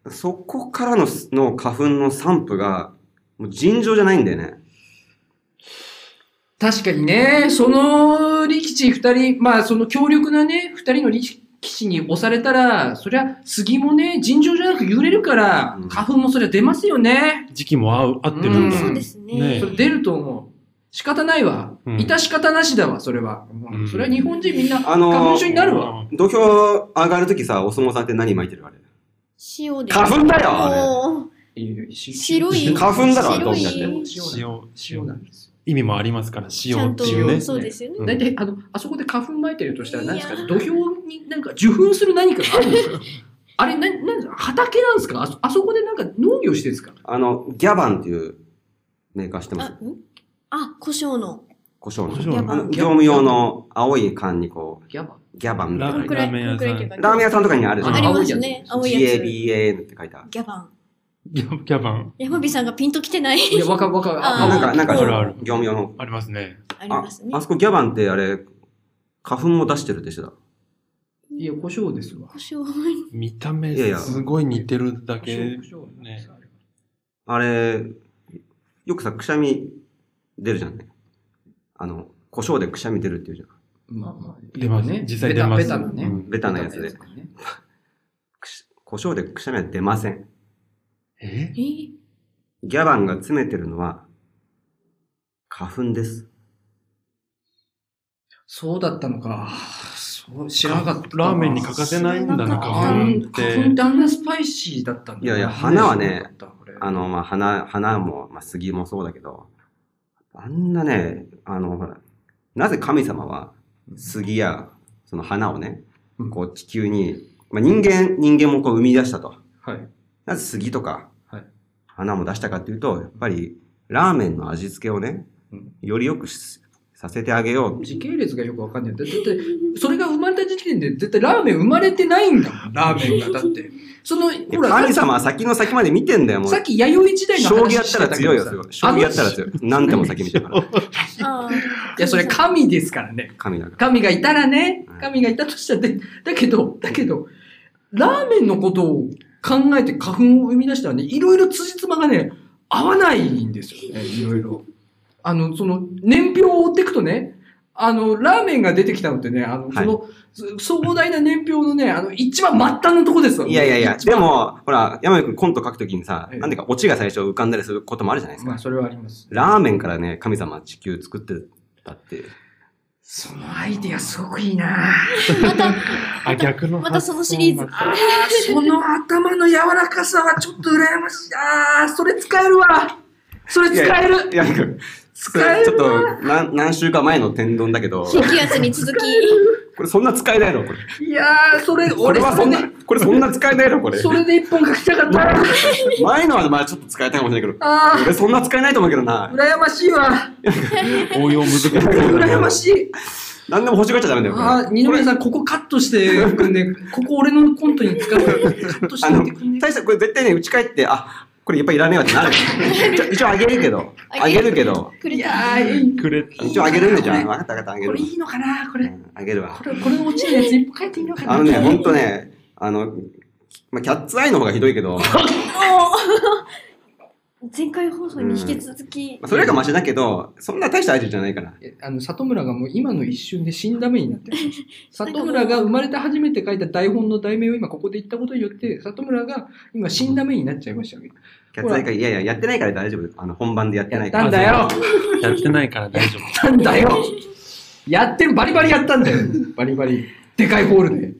Speaker 5: ん
Speaker 3: そこからのの花粉の散布がもう尋常じゃないんだよね。
Speaker 4: 確かにね、その力士二人、まあその強力なね、二人の力士に押されたら、そりゃ杉もね、尋常じゃなく揺れるから
Speaker 3: うん、
Speaker 4: 花粉もそりゃ出ますよね。
Speaker 5: 時期も合う、合ってるんだ。
Speaker 4: ん
Speaker 6: そうです
Speaker 5: ね
Speaker 6: ね。
Speaker 4: それ出ると思う。仕方ないわ。
Speaker 5: うん
Speaker 4: いた仕方なしだわ、それは。
Speaker 5: うん
Speaker 4: うんそれは日本人みんな
Speaker 3: あのー
Speaker 4: 花粉症になるわ。。
Speaker 3: 土俵上がるときさ、お相撲さんって何巻いてるあれ。
Speaker 6: 塩で。
Speaker 3: 花粉だよあれ
Speaker 6: おー白い。
Speaker 3: 花粉だろ
Speaker 6: 白い
Speaker 3: どうやっ
Speaker 5: 塩、
Speaker 4: 塩
Speaker 5: 塩
Speaker 4: なんですよ。
Speaker 5: 意味もありますから、
Speaker 6: ちゃ
Speaker 5: 塩
Speaker 6: ん
Speaker 5: って
Speaker 6: と
Speaker 5: いうね。
Speaker 6: そうですよね。
Speaker 5: うん
Speaker 4: 大体、あの、あそこで花粉撒いてるとしたら何ですか
Speaker 6: いや
Speaker 4: 土俵になんか受粉する何かがある んですかあれ、な、なんですか畑なんですかあそあそこでなんか農業してるんですか
Speaker 3: あの、ギャバンっていうメーカー知ってま
Speaker 6: あ、
Speaker 3: す
Speaker 6: んあ、胡椒の。
Speaker 3: 胡椒
Speaker 5: 胡
Speaker 3: の。
Speaker 5: 椒
Speaker 6: の
Speaker 3: あの業務用の青い缶にこう、
Speaker 4: ギャバ
Speaker 3: ギャバンみたい
Speaker 6: こ
Speaker 3: な
Speaker 6: の。くらい、
Speaker 5: ラーメン
Speaker 6: この
Speaker 5: 屋さん
Speaker 6: くらいっていうか。
Speaker 3: ラーメン屋さんとかにあるじゃ
Speaker 6: あ
Speaker 3: ん
Speaker 6: り。ますね。青いやつ。
Speaker 3: GABAN って書いた。
Speaker 1: ギャバン。
Speaker 5: ギャギャバン。
Speaker 6: 山火さんがピンときてない
Speaker 4: いや、わかるわかる。
Speaker 6: あ
Speaker 3: あ
Speaker 6: ー
Speaker 3: なんか、なんか、
Speaker 5: あるある
Speaker 3: 業務用の。
Speaker 5: ありますね。
Speaker 6: ありますね
Speaker 3: あ。そこギャバンってあれ、花粉も出してるって人だ。
Speaker 4: いや、胡椒ですわ。
Speaker 6: 胡椒
Speaker 5: 見た目
Speaker 3: いやいや
Speaker 5: すごい似てるだ
Speaker 4: 胡
Speaker 5: け。
Speaker 4: 椒、胡椒。
Speaker 5: ね
Speaker 3: あれ、よくさ、くしゃみ出るじゃんね。あの、胡椒でくしゃみ出るっていうじゃん。
Speaker 4: まあまあ。
Speaker 5: 出ます実際出ます
Speaker 4: ベタベタなね。
Speaker 5: うん
Speaker 3: ベタなやつで。
Speaker 4: かね
Speaker 3: くし胡椒でくしゃみは出ません。
Speaker 5: え
Speaker 6: えー
Speaker 3: ギャバンが詰めてるのは、花粉です。
Speaker 4: そうだったのか。そう、知らなかった。
Speaker 5: ラーメンに欠かせないんだな、
Speaker 6: 知らなかった
Speaker 5: 花粉っ。
Speaker 4: 花粉っててあんなスパイシーだったんだない
Speaker 3: やいや花はね、あ
Speaker 4: あ
Speaker 3: の、まあ、花、花も、まあ、杉もそうだけど、あんなね、あの、ほら、なぜ神様は杉や、その花をね
Speaker 4: うん、
Speaker 3: こう地球に、まあ、人間、人間もこう生み出したと。
Speaker 4: はい。
Speaker 3: なぜ杉とか
Speaker 4: はい、
Speaker 3: 花も出したかっていうと、やっぱり、ラーメンの味付けをね
Speaker 4: うん、
Speaker 3: より良くしさせてあげよう。
Speaker 4: 時系列がよくわかんない。だだって、それが生まれた時点で絶対ラーメン生まれてないんだもん、ラーメンが。だって。その、
Speaker 3: いや
Speaker 4: ほら、
Speaker 3: 神様は先の先まで見てんだよ、もう
Speaker 4: さ。っき弥生時代の
Speaker 3: 将棋
Speaker 4: 話
Speaker 3: やったら強いよ、すごい。将棋やったら
Speaker 4: い。
Speaker 3: 強い。何でも先見てる から。
Speaker 6: あー
Speaker 4: いや、それ神ですからね。
Speaker 3: 神だから。
Speaker 4: 神がいたらね
Speaker 3: うん、
Speaker 4: 神がいたとしたらね、だけど、だけど、ラーメンのことを考えて花粉を生み出したらね、いろいろ辻褄がね、合わないんですよね、いろいろ。あの、その、年表を追っていくとね、あの、ラーメンが出てきたのってね、あの、
Speaker 3: い
Speaker 4: その、そ壮大な年表のね、あの、一番末端のとこですよ
Speaker 3: いやいやいや、
Speaker 4: 一番
Speaker 3: でも、ほら、山口くんコント書くときにさ
Speaker 4: ええ、
Speaker 3: なんでかオチが最初浮かんだりすることもあるじゃないです
Speaker 4: まあ、
Speaker 3: か。
Speaker 4: それはあります。
Speaker 3: ラーメンからね、神様は地球作ってたっていう。
Speaker 4: そのアイディアすごくいいな
Speaker 6: また、
Speaker 5: あ、逆の。
Speaker 6: またそのシリーズ。
Speaker 4: あーその頭の柔らかさはちょっと羨ましい。ああ、それ使えるわ。それ使える。
Speaker 3: いや、なんか、そ
Speaker 4: 使え
Speaker 3: れちょっ
Speaker 4: るわ。
Speaker 3: と、何、何週間前の天丼だけど、
Speaker 6: 低気圧に続き、
Speaker 3: これそんな使えないのこれ。
Speaker 4: いやー、それ、
Speaker 3: こ
Speaker 4: 俺
Speaker 3: れはそんな
Speaker 4: ね、
Speaker 3: これそんな使えないのこれ。
Speaker 4: それで一本書きたかった。
Speaker 3: 前のはまあちょっと使えたかもしれないけど、
Speaker 4: あ
Speaker 3: 俺そんな使えないと思うけど
Speaker 4: あ、
Speaker 3: な。
Speaker 4: 羨ましいわ。
Speaker 5: 応用難しい。
Speaker 4: 羨ましい。
Speaker 3: 何でも欲しがっちゃダメだよ、これ。
Speaker 4: ああ、二宮さん、ここカットしてくんね。ここ俺のコントに使うからカットしてみてくんね。
Speaker 3: 大したこれ絶対ね、打ち返って、あ、これやっぱりいらねえわってなる。一応一応あげるけど、あげるけど、
Speaker 6: くれ
Speaker 4: いや
Speaker 6: た。
Speaker 4: ー、
Speaker 5: くれ。
Speaker 3: 一応あげるんじゃん。わかったわかった、あげ
Speaker 4: こ
Speaker 3: るわ
Speaker 4: れ。いいのかなこ
Speaker 3: う
Speaker 4: れ。
Speaker 3: んあげるわ
Speaker 4: こ。れ、これの落ちるやつ一本書いていいのかな
Speaker 3: あのね、ほんとね、あの、まあ、キャッツアイの方がひどい けど、ま
Speaker 6: おー前回放送に引き続き、
Speaker 3: あそれがマシだけど、そんな大したアイドルじゃないから。
Speaker 4: えあの、里村がもう今の一瞬で死んだ目になって る。里村が生まれて初めて書いた台本の題名を今ここで言ったことによって、里村が今死んだ目になっちゃいましたよ。
Speaker 3: キャッツアイが、いやいや、やってないから大丈夫。あの、本番でやって
Speaker 4: や
Speaker 3: な
Speaker 4: っ
Speaker 3: いか
Speaker 4: た
Speaker 3: ら。
Speaker 4: んだよ
Speaker 5: やってないから大丈夫。
Speaker 4: やったんだよ やってるバリバリやったんだよバリバリ。でかいホールで。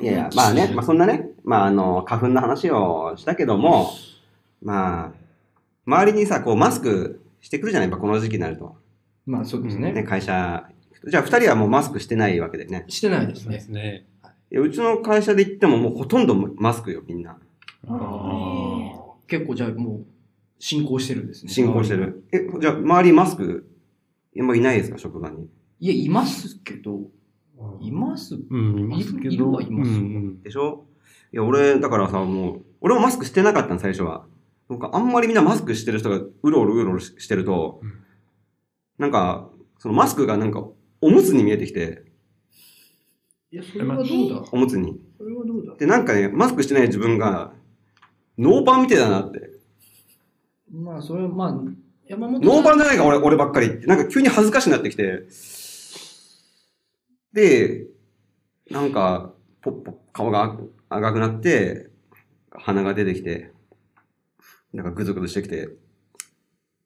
Speaker 3: いやいや、まあね、まあそんなね、まああの、花粉の話をしたけども、まあ、周りにさ、こう、マスクしてくるじゃないやっぱこの時期になると。
Speaker 4: まあそうです
Speaker 3: ね、
Speaker 4: ね。
Speaker 3: 会社行くと。じゃあ、二人はもうマスクしてないわけでね。
Speaker 4: してないで
Speaker 5: そ
Speaker 4: す
Speaker 5: うで
Speaker 4: ね。
Speaker 5: すね。
Speaker 3: いやうちの会社で行ってももうほとんどマスクよ、みんな。
Speaker 5: あー
Speaker 4: 結構じゃあもう進行してるんですね。
Speaker 3: 進行して。る。え、じゃあ、周りマスク、今いないですか、職場に。
Speaker 4: いや、いますけど、います
Speaker 5: うん、いますけ
Speaker 4: いる
Speaker 5: ど。
Speaker 4: はいます
Speaker 5: うん
Speaker 3: でしょいや、俺、だからさ、もう、俺もマスクしてなかったの、最初は。なんか、あんまりみんなマスクしてる人が、うろうろうろうろしてると、
Speaker 5: うん
Speaker 3: なんか、そのマスクがなんか、おむつに見えてきて、
Speaker 4: いや、それはどうだ
Speaker 3: おむつに。
Speaker 4: それはどうだ
Speaker 3: で、なんかね、マスクしてない自分が、ノーパンみてえだなって。
Speaker 4: まあそれはまあ、山本
Speaker 3: ノーパ
Speaker 4: ン
Speaker 3: ンじゃないか、俺、俺ばっかりって。なんか急に恥ずかしくなってきて。で、なんか、ポッポ、顔が赤くなって、鼻が出てきて、なんかグズグズしてきて、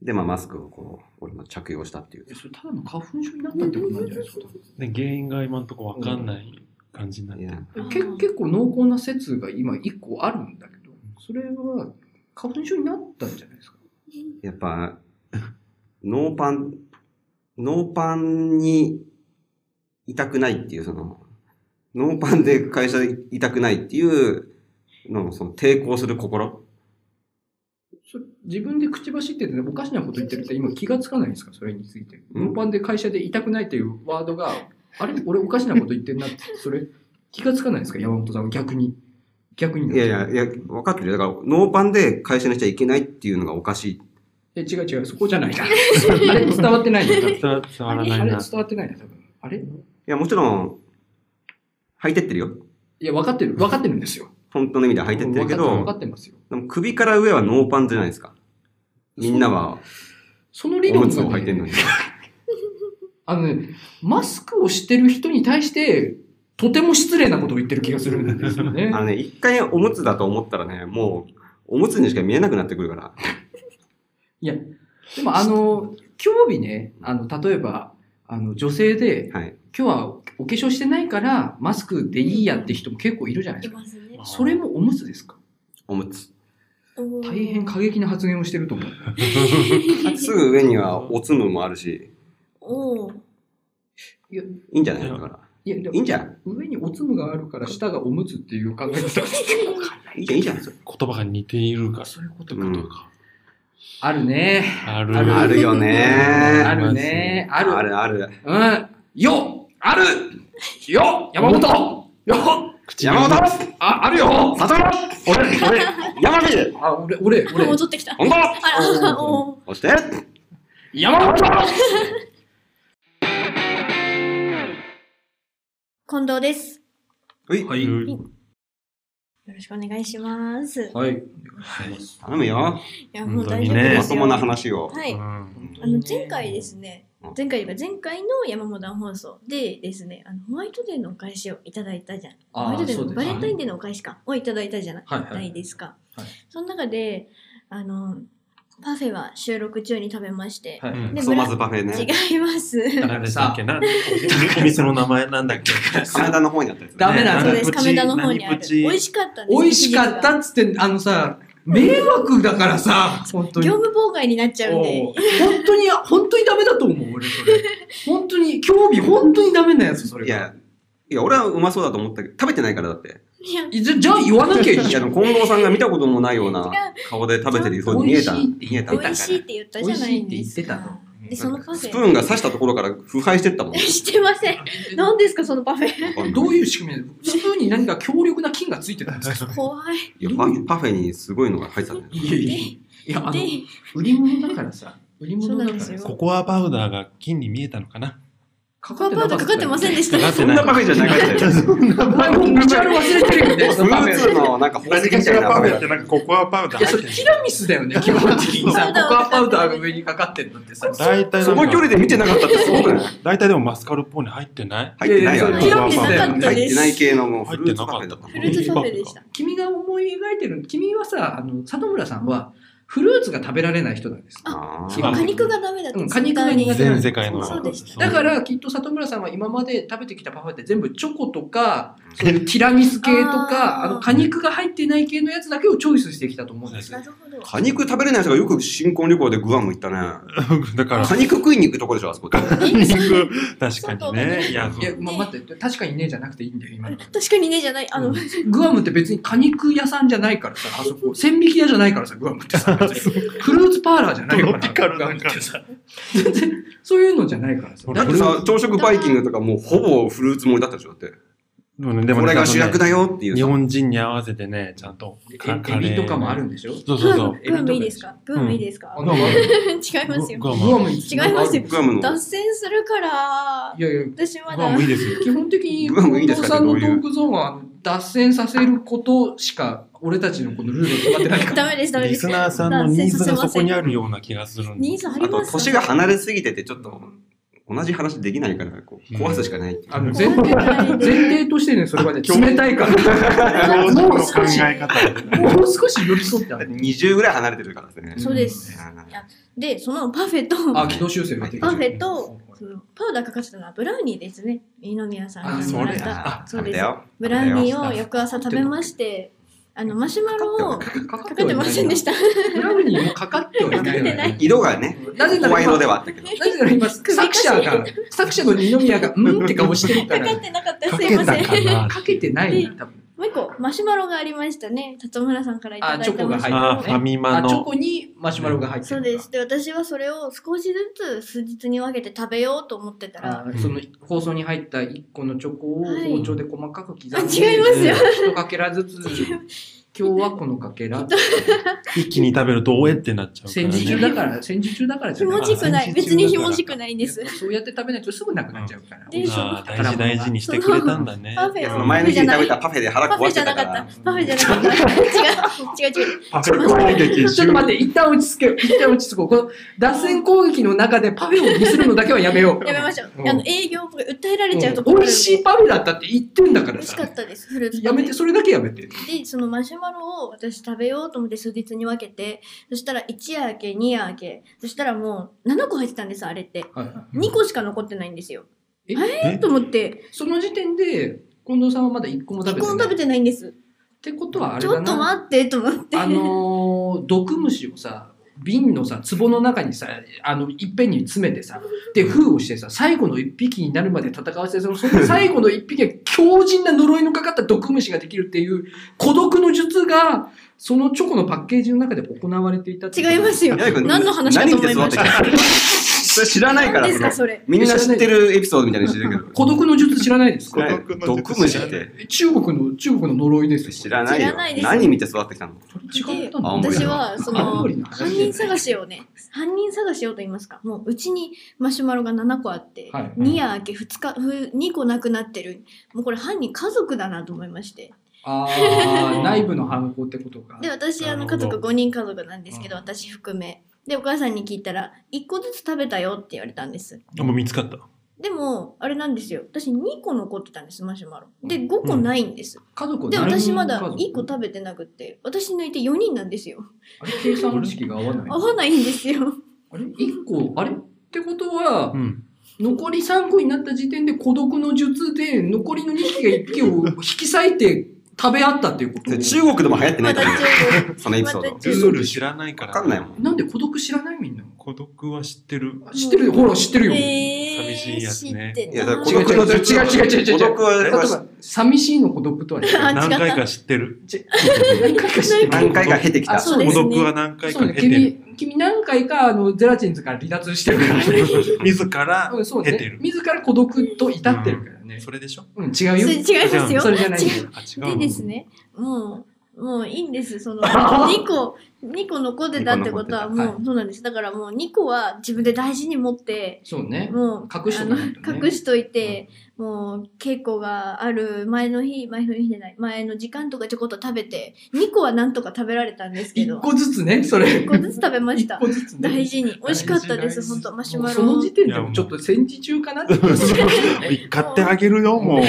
Speaker 3: で、まあマスクをこう、俺も着用したっていう。
Speaker 4: それただの花粉症になったってことなんじゃないですか。
Speaker 5: で、原因が今んとこわかんない感じになっ
Speaker 3: い
Speaker 5: て
Speaker 3: や
Speaker 5: る。
Speaker 6: うん
Speaker 4: け結構濃厚な説が今一個あるんだけど、それは花粉症になったんじゃないですか。
Speaker 3: やっぱ、ノーパン、ノーパンにいたくないっていう、その、ノーパンで会社でいたくないっていうのを、その抵抗する心。
Speaker 4: それ自分で口走ってて、ね、おかしなこと言ってるって今気がつかないんですかそれについて。ノーパンで会社でいたくないというワードがあれ俺おかしなこと言ってんなって、それ、気がつかないですか山本さんは逆に。逆に。
Speaker 3: いやいや、いや、分かってるよ。だから、ノーパンで会社にしちゃいけないっていうのがおかしい。
Speaker 4: え、違う違う、そこじゃないな。あれ伝わってないよ、多分
Speaker 2: 伝わ伝わらな
Speaker 4: あ
Speaker 2: い
Speaker 4: れ伝
Speaker 2: な。
Speaker 4: わってないな、多分。あれ
Speaker 3: いや、もちろん、履いてってるよ。
Speaker 4: いや、分かってる、分かってるんですよ。
Speaker 3: 本当の意味では履いてってるけ
Speaker 4: 分かっ
Speaker 3: ど、
Speaker 4: てますよ。
Speaker 3: でも首から上はノーパンじゃないですか。みんなは、
Speaker 4: その理
Speaker 3: おむ
Speaker 4: 論
Speaker 3: つ
Speaker 4: が
Speaker 3: を履いてるの
Speaker 4: ね、
Speaker 3: に。
Speaker 4: あのね、マスクをしてる人に対して、とても失礼なことを言ってる気がするんですよね
Speaker 3: あ。のね、一回おむつだと思ったらね、もう、おむつにしか見えなくなってくるから。
Speaker 4: いや、でもあの、今日日ね、あの、例えば、あの、女性で、
Speaker 3: はい。
Speaker 4: 今日はお化粧してないから、マスクでいいやって人も結構いるじゃない
Speaker 7: い
Speaker 4: ですか。
Speaker 7: ますね。
Speaker 4: それもおむつですか
Speaker 3: おむつ。
Speaker 7: 大
Speaker 4: 大変過激な発言をしてると思う。
Speaker 3: すぐ上にはおつむもあるし、
Speaker 6: おー
Speaker 3: いいんじゃないだから。
Speaker 4: いや、でも
Speaker 3: いいんじゃん。
Speaker 4: 上におつむがあるから下がおむつっていう考え方
Speaker 3: いいじゃん、いいじゃん。それ
Speaker 2: 言葉が似ているから。
Speaker 4: そういうこと
Speaker 3: かうん
Speaker 4: あるね。
Speaker 2: ある
Speaker 4: ある
Speaker 3: あるよ
Speaker 4: あ
Speaker 3: ね
Speaker 4: るね。ある。
Speaker 3: あるある。
Speaker 4: うん。よあるよ山本よ
Speaker 2: 口
Speaker 3: 山
Speaker 2: が
Speaker 3: 本
Speaker 4: あ、あるよ
Speaker 3: 里村俺、俺、山火
Speaker 4: あ、俺、俺、俺。
Speaker 7: 戻ってきた。
Speaker 3: 本当
Speaker 7: あら、おー
Speaker 3: 押して
Speaker 4: 山本
Speaker 6: 近藤です。
Speaker 3: うい、
Speaker 4: は
Speaker 2: う
Speaker 4: い。
Speaker 2: ん
Speaker 6: よろしくお願いします。い
Speaker 4: はい。
Speaker 3: 頼むよ。
Speaker 6: や、もう
Speaker 2: 本当
Speaker 6: 大
Speaker 2: に
Speaker 6: 丈夫
Speaker 2: ね
Speaker 6: で
Speaker 3: ますと
Speaker 6: よ。
Speaker 3: もな話を。
Speaker 6: はい。
Speaker 2: うん
Speaker 6: あの前回ですね
Speaker 3: うん、
Speaker 6: 前回というか前回の山本放送でですね、あのホワイトデーのお返しをいただいたじゃん。ホ
Speaker 4: あ
Speaker 6: ワ
Speaker 4: ー
Speaker 6: イトデー
Speaker 4: そう
Speaker 6: の
Speaker 4: で
Speaker 6: バ
Speaker 4: すね
Speaker 6: レンタインデーのお返しかをいただいたじゃな
Speaker 4: はいはい
Speaker 6: ないですか
Speaker 4: はい。
Speaker 6: その中で、あの、パフェは収録中に食べまして、
Speaker 4: はい。
Speaker 2: うん
Speaker 6: で
Speaker 3: クソまずパフェ
Speaker 6: 違
Speaker 3: ね。
Speaker 6: い ます。
Speaker 2: 誰でしたっけなお店の名前なんだっけ
Speaker 3: 亀田の方にあったやつね。
Speaker 4: ダメなん
Speaker 6: そう
Speaker 4: だ
Speaker 6: で
Speaker 2: 何
Speaker 6: す、
Speaker 2: プチ
Speaker 6: 亀田の方にある
Speaker 2: 何。プチ
Speaker 6: 美 味しかったんです
Speaker 4: 美味しかったっつって、あのさ、迷惑だからさ、本当に。
Speaker 6: 業務妨害になっちゃうんで
Speaker 4: おう、本当に、本当にダメだと思う、俺、それ。本当に、興味、本当にダメなやつ、それ。
Speaker 3: いや、いや、俺はうまそうだと思ったけど、食べてないからだって。
Speaker 6: いや、
Speaker 4: いや、じゃじゃあ言わなきゃいい
Speaker 3: い
Speaker 4: じ
Speaker 3: や、
Speaker 4: ゃん。
Speaker 3: でも近藤さんが見たこともないような顔で食べてるように見えた。
Speaker 4: 美味しいって
Speaker 3: 見えた
Speaker 6: 美
Speaker 3: んだから。
Speaker 6: 味しいっ
Speaker 3: ス
Speaker 6: て言ったじゃないです
Speaker 4: 美味しいって言ってた
Speaker 6: か
Speaker 4: の。
Speaker 6: で、そのパフ
Speaker 3: プ
Speaker 6: ェ。。
Speaker 3: ーンが刺したところから腐敗してったも ん
Speaker 6: してま せん。何ですか、そのパフェ。
Speaker 4: どういう仕組みなのスプーンに何か強力な菌がついてたんですか
Speaker 6: 怖い。
Speaker 3: いやパパフェにすごいのが入ってたんだよ。
Speaker 4: いやいやいや。いや、あの
Speaker 6: で、、
Speaker 4: 売り物だからさ。売り
Speaker 6: そ
Speaker 4: 物
Speaker 6: うな
Speaker 4: だ
Speaker 6: ん
Speaker 4: から
Speaker 6: です
Speaker 4: さ。
Speaker 6: よ。
Speaker 2: ココアパウダーが金に見えたのかな
Speaker 4: か
Speaker 6: パウダーかかってませんでした。
Speaker 2: かかって
Speaker 3: そんなパフェじゃなかったよ。フ
Speaker 4: お前もうビジュアル忘れてるよ ね、そのパフ
Speaker 3: ルーツ
Speaker 4: ェ。
Speaker 3: のなんか宝
Speaker 8: 何
Speaker 3: 石
Speaker 8: か
Speaker 3: み
Speaker 8: した
Speaker 3: いな
Speaker 8: ら
Speaker 3: パ
Speaker 8: パ
Speaker 3: フ
Speaker 8: フェっ
Speaker 3: ェだってた。
Speaker 8: なんかココアパウダ
Speaker 4: いや、
Speaker 8: ー入
Speaker 4: そ
Speaker 8: っ
Speaker 4: れ
Speaker 8: て
Speaker 4: ティラミスだよね、基本的にさ。
Speaker 6: そうだ
Speaker 4: ココアパウダーが上にかかってんのってさ。
Speaker 2: 大体
Speaker 3: その距離で見てなかったってすごくない
Speaker 2: 大体でもマスカルポーネ入ってない
Speaker 3: 入ってないよ
Speaker 4: やや
Speaker 3: ね
Speaker 4: それティラミスだよ
Speaker 6: そう
Speaker 3: 入
Speaker 6: で
Speaker 4: ね。
Speaker 6: す
Speaker 3: ってない系のもうフルーツパフェだったもん
Speaker 6: フルーツパフェでした。
Speaker 4: 君が思い描いてる、君はさ、あの、里村さんは、フルーツが食べられない人なんです。
Speaker 2: パ
Speaker 3: あー
Speaker 2: フェ
Speaker 6: 果肉がダメだって。
Speaker 4: うん果肉が苦手
Speaker 2: 全世界の
Speaker 6: そうでした
Speaker 4: だからきっと里村さんは今まで食べてきたパフェって全部チョコとかそういうティラミス系とか
Speaker 6: あ
Speaker 4: あ
Speaker 6: ー
Speaker 4: の果肉が入ってない系のやつだけをチョイスしてきたと思うんですよ
Speaker 6: な。るほど。
Speaker 3: 果肉食べれない人がよく新婚旅行でグアム行ったね。
Speaker 2: だから
Speaker 3: 果肉食いに行くとこでしょ、あそこって。
Speaker 2: 肉確かにねいや
Speaker 4: いや、まあ、待って、確かにねじゃなくていいんだよ、今の。
Speaker 6: 確かにねじゃない。あの、
Speaker 4: うん グアムって別に果肉屋さんじゃないからさ、あそこ、千匹屋じゃないからさ、グアムってさ、別にフルーツパーラーじゃないから、
Speaker 2: トロピカルな
Speaker 4: グアムってさ、 全然、そういうのじゃないからさ。
Speaker 2: ほ
Speaker 3: だ
Speaker 2: ら
Speaker 3: ってさ、朝食バイキングとかもうほぼフルーツ盛りだったでしょ、だって。
Speaker 2: でもねでも
Speaker 3: こ
Speaker 2: ね
Speaker 3: れが主役だよっていう
Speaker 2: 日
Speaker 3: さ。
Speaker 2: 本人に合わせてねちゃんと
Speaker 4: えエビとかもあるんでしょ
Speaker 2: そう
Speaker 6: プ
Speaker 2: そう
Speaker 6: ー
Speaker 2: そ
Speaker 6: ム
Speaker 2: う、
Speaker 6: プームいいですかプームいいですか
Speaker 4: あなんかある
Speaker 6: 違いますよ。
Speaker 2: グア
Speaker 4: グ
Speaker 2: ム
Speaker 4: アム違い
Speaker 6: 違いますよ
Speaker 3: グアムの
Speaker 6: 脱線するから
Speaker 4: い、やいや、
Speaker 6: 私ま
Speaker 2: グ
Speaker 6: だ
Speaker 2: アムいいですよ
Speaker 4: 基本的に
Speaker 3: グアムいいですか
Speaker 4: 近藤さんのト
Speaker 3: どういう
Speaker 4: ークゾーンは脱線させることしか俺たちのこのルールに決まってないから。
Speaker 6: ダメです、ダメで
Speaker 2: リ
Speaker 6: す
Speaker 2: ス。ナーさんのニーズがそこにあるような気がするんで
Speaker 6: ニーズあ
Speaker 3: あ
Speaker 6: り
Speaker 3: と、
Speaker 6: ますか
Speaker 3: 年が離れすぎてて、ちょっと、同じ話できないから、こう、壊すしかないっていう。
Speaker 4: あの前提前提としてね、それまで冷たいから、
Speaker 8: 老人の考え方
Speaker 4: もう少し寄り添ってある。
Speaker 3: 20ぐらい離れてるからですね。
Speaker 6: そうです。で、そのパフェと、
Speaker 4: あ、軌道修正ができ
Speaker 6: パ
Speaker 4: る
Speaker 6: フェと、そのパウダーかかってたのはブラウニーですね。二宮さん
Speaker 4: あ
Speaker 6: に
Speaker 4: そ
Speaker 6: も
Speaker 4: れ
Speaker 6: らった。
Speaker 3: あ、
Speaker 6: そうです
Speaker 3: 食べたよ。
Speaker 6: ブラウニ
Speaker 3: 食
Speaker 6: ーを翌朝食べまして、あの、マシュマロをか
Speaker 4: かか
Speaker 6: けてませんで
Speaker 4: し
Speaker 6: した。
Speaker 4: た。ブラウニーもかかってはいないよ
Speaker 6: かかってな
Speaker 4: ね。
Speaker 3: 色がね、
Speaker 4: なぜなら
Speaker 3: 怖い
Speaker 4: 今
Speaker 3: 色で、はあったけど。
Speaker 4: なぜなら今、作者が、作者の二宮が、うんって顔してるか
Speaker 6: からかっ、てなかった、
Speaker 2: か
Speaker 6: すい
Speaker 2: け
Speaker 6: ま
Speaker 2: た
Speaker 6: せん。
Speaker 2: かな
Speaker 4: かけてないな、多分。
Speaker 6: マう一個、マシュマロがありましたね。辰村さんからいただいた
Speaker 4: あチョコが入ってる
Speaker 5: あーファミマ
Speaker 4: あ、チョ
Speaker 5: の
Speaker 4: コにマシュマロが入って
Speaker 6: そ
Speaker 4: る
Speaker 6: う
Speaker 4: のか
Speaker 6: です。で、私はそれを少しずつ数日に分けて食べようと思ってたら、
Speaker 4: あーその放送に入った1個のチョコを
Speaker 6: はい
Speaker 4: 包丁で細かく刻んで、
Speaker 6: あ違いますよ
Speaker 4: 一かけらずつ今日はこのかけら
Speaker 5: 一気に食べるとおえってなっちゃうから
Speaker 4: 戦時中
Speaker 5: ね。
Speaker 4: だから戦時中だからじ
Speaker 6: 気
Speaker 4: ゃない
Speaker 6: 持ちくない。
Speaker 5: あ
Speaker 6: 別に気持ちくないんです
Speaker 4: や。っぱそうやって食べないとすぐなくなっちゃうから、
Speaker 6: でそ
Speaker 5: ああ、大事大事にしてくれたんだね。
Speaker 6: パフ
Speaker 3: いや、そ
Speaker 6: ェ
Speaker 3: の
Speaker 6: を
Speaker 3: 前の日に食べた
Speaker 6: パ
Speaker 3: パフェで腹
Speaker 6: フ
Speaker 3: 壊
Speaker 6: ェ
Speaker 3: し
Speaker 6: じ
Speaker 3: て
Speaker 6: ゃ
Speaker 3: た
Speaker 6: な
Speaker 3: か
Speaker 6: かっ
Speaker 3: ら
Speaker 6: た。。パフェじゃなかった。違う、違う、違う。
Speaker 2: パフェ攻撃
Speaker 4: ちょっと待って、一旦落ち着けよ。一旦落ち着こう。この脱線攻撃の中でパフェを見せるのだけはやめよう。
Speaker 6: やめましょう。
Speaker 4: ん
Speaker 6: あの、営業とか訴えられちゃうと
Speaker 4: う
Speaker 6: こ
Speaker 4: ん
Speaker 6: ろ
Speaker 4: 美味しいパフェだったって言ってんだか
Speaker 6: 美
Speaker 4: ら
Speaker 6: 味しか
Speaker 4: さ
Speaker 6: っ。たです。フルーツパ
Speaker 4: や
Speaker 6: フェ
Speaker 4: めて、それだけやめて。
Speaker 6: で、そのマシュマロを私食べようと思って数日に分けて、そしたら一夜明け、二夜明け、そしたらもう7個入ってたんです、あれって。
Speaker 4: はい
Speaker 6: 2個しか残ってないんですよ。
Speaker 4: え
Speaker 6: えーと思って、
Speaker 4: その時点で、近藤さんはまだ一個も食
Speaker 6: 1
Speaker 4: べ
Speaker 6: 個
Speaker 4: て
Speaker 6: も
Speaker 4: な
Speaker 6: 食
Speaker 4: い。
Speaker 6: べ
Speaker 4: って
Speaker 6: ないんです。
Speaker 4: てことはあ
Speaker 6: ち
Speaker 4: れ
Speaker 6: ょ
Speaker 4: だ
Speaker 6: っと
Speaker 4: な。
Speaker 6: 待って、と思って。
Speaker 4: あのー、毒虫をさ、瓶のさ、壺の中にさ、あの、いっぺんに詰めてさ、で、封をしてさ、最後の一匹になるまで戦わせて、 そのその最後の一匹が強靭な呪いのかかった毒虫ができるっていう、孤独の術が、そのチョコのパッケージの中で行われていたってう
Speaker 6: 違いますよ。
Speaker 3: いやいや
Speaker 6: 何の話かと思いました。
Speaker 3: 何見て座ってたそれ知らないか
Speaker 6: 何で
Speaker 3: ら、
Speaker 6: す
Speaker 3: そ
Speaker 6: か、
Speaker 3: の
Speaker 6: それ。
Speaker 3: みんな知ってるエピソードみたいにしてるけど。
Speaker 4: 孤独の術知らないです
Speaker 3: 知ら
Speaker 4: か
Speaker 3: ない毒虫って。
Speaker 4: 中国の、中国の呪いですよ。
Speaker 3: 知らないよ
Speaker 6: 知らない。です
Speaker 3: 何見て育ってきたの
Speaker 4: それ違ったんだ
Speaker 3: あ青森
Speaker 6: 私
Speaker 3: だ
Speaker 6: は、そ
Speaker 4: 青
Speaker 6: の、
Speaker 4: 森の話
Speaker 6: 犯人探しをね、犯人探しをと言いますか、もううちにマシュマロが7個あって、
Speaker 4: はい
Speaker 6: 2夜明け2日、ふ2個なくなってる。もうこれ犯人家族だなと思いまして。
Speaker 4: ああ、内部の犯行ってことか。
Speaker 6: で、私、あの、
Speaker 5: なる
Speaker 6: 家
Speaker 5: ほど
Speaker 6: 族5人家族なんですけど、
Speaker 4: うん
Speaker 6: 私含め。で、お母さんに聞いたら、1個ずつ食べたよって言われたんです。
Speaker 5: あもう見つかった。
Speaker 6: でも、あれなんですよ。私2個残ってたんです、マシュマロ。で、
Speaker 4: う
Speaker 6: 5個ないんです。
Speaker 4: 家族は
Speaker 6: で、
Speaker 4: 誰も
Speaker 6: 私まだ
Speaker 4: 家族
Speaker 6: 1個食べてなくって、私抜いて4人なんですよ。
Speaker 4: あれ、計算式が合わない。
Speaker 6: 合わないんですよ。
Speaker 4: あれ ?1 個、あれってことは
Speaker 5: う、ん。
Speaker 4: 残り3個になった時点で孤独の術で、残りの2匹が1匹を引き裂いて食べ合ったっていうこ
Speaker 3: それ
Speaker 4: と
Speaker 3: 中国でも流行ってな
Speaker 6: ま
Speaker 3: いと
Speaker 6: だ
Speaker 3: 思
Speaker 6: 中国。
Speaker 3: う。そのエピソード。
Speaker 6: ま
Speaker 3: わ
Speaker 6: た
Speaker 5: ルール知らないから。
Speaker 3: かんないもん。
Speaker 4: なんで孤独知らないみんな。
Speaker 5: 孤独は知ってる。
Speaker 4: 知ってるよ。ほら、知ってるよ。
Speaker 6: えー、
Speaker 5: 寂しいやつね
Speaker 6: 知ってた
Speaker 3: いや、だから
Speaker 4: 違
Speaker 3: 孤
Speaker 4: う
Speaker 3: 独の
Speaker 4: 違う違う違う違う違う
Speaker 3: 孤独
Speaker 4: 例え
Speaker 3: は
Speaker 4: ば、寂しいの孤独とは 違う。
Speaker 6: あ違った
Speaker 5: 何回か知ってる。
Speaker 4: 何回か知ってる。
Speaker 3: 何回か経てきた
Speaker 6: あ。そうで
Speaker 5: 孤
Speaker 6: すね
Speaker 5: 独は何回
Speaker 4: そ
Speaker 5: か
Speaker 4: うね、
Speaker 5: 経てる。
Speaker 4: 君、君何回か、あの、ゼラチンズから離脱してるからね。
Speaker 5: 自ら
Speaker 4: うんそう
Speaker 5: 経て
Speaker 4: ね
Speaker 5: る。。
Speaker 4: 自ら孤独と至ってるからね。
Speaker 5: それでしょ
Speaker 4: うん、違う
Speaker 6: そ
Speaker 4: よ
Speaker 6: れ。違いますよ。
Speaker 4: それじゃないよ。
Speaker 5: あ、違う
Speaker 6: で
Speaker 5: の。
Speaker 6: ですね、もう、もういいんです。その、2個、2個残ってたってことは、
Speaker 3: 二個
Speaker 6: も
Speaker 4: 残ってた
Speaker 6: う、そうなんです。だからもう2個は自分で大事に持って、
Speaker 4: そうね。
Speaker 6: もう、
Speaker 4: 隠しとかないと
Speaker 6: あ
Speaker 4: ね
Speaker 6: の隠しといて、もう、稽古がある前の日、前の日じゃない、前の時間とかちょこっと食べて、2個はなんとか食べられたんですけ
Speaker 4: 一
Speaker 6: ど、
Speaker 4: 個ずつね、それ。
Speaker 6: 1個ずつ食べました
Speaker 4: 一。個ずつね。
Speaker 6: 大事に。美味しかったで
Speaker 4: 大
Speaker 6: す、
Speaker 4: 事
Speaker 6: 本当マシュマ
Speaker 4: もうその
Speaker 6: ロ。
Speaker 4: 時点でもちょっと戦時中かなって感じだよね
Speaker 5: 買ってあげるよ、もう。
Speaker 6: もう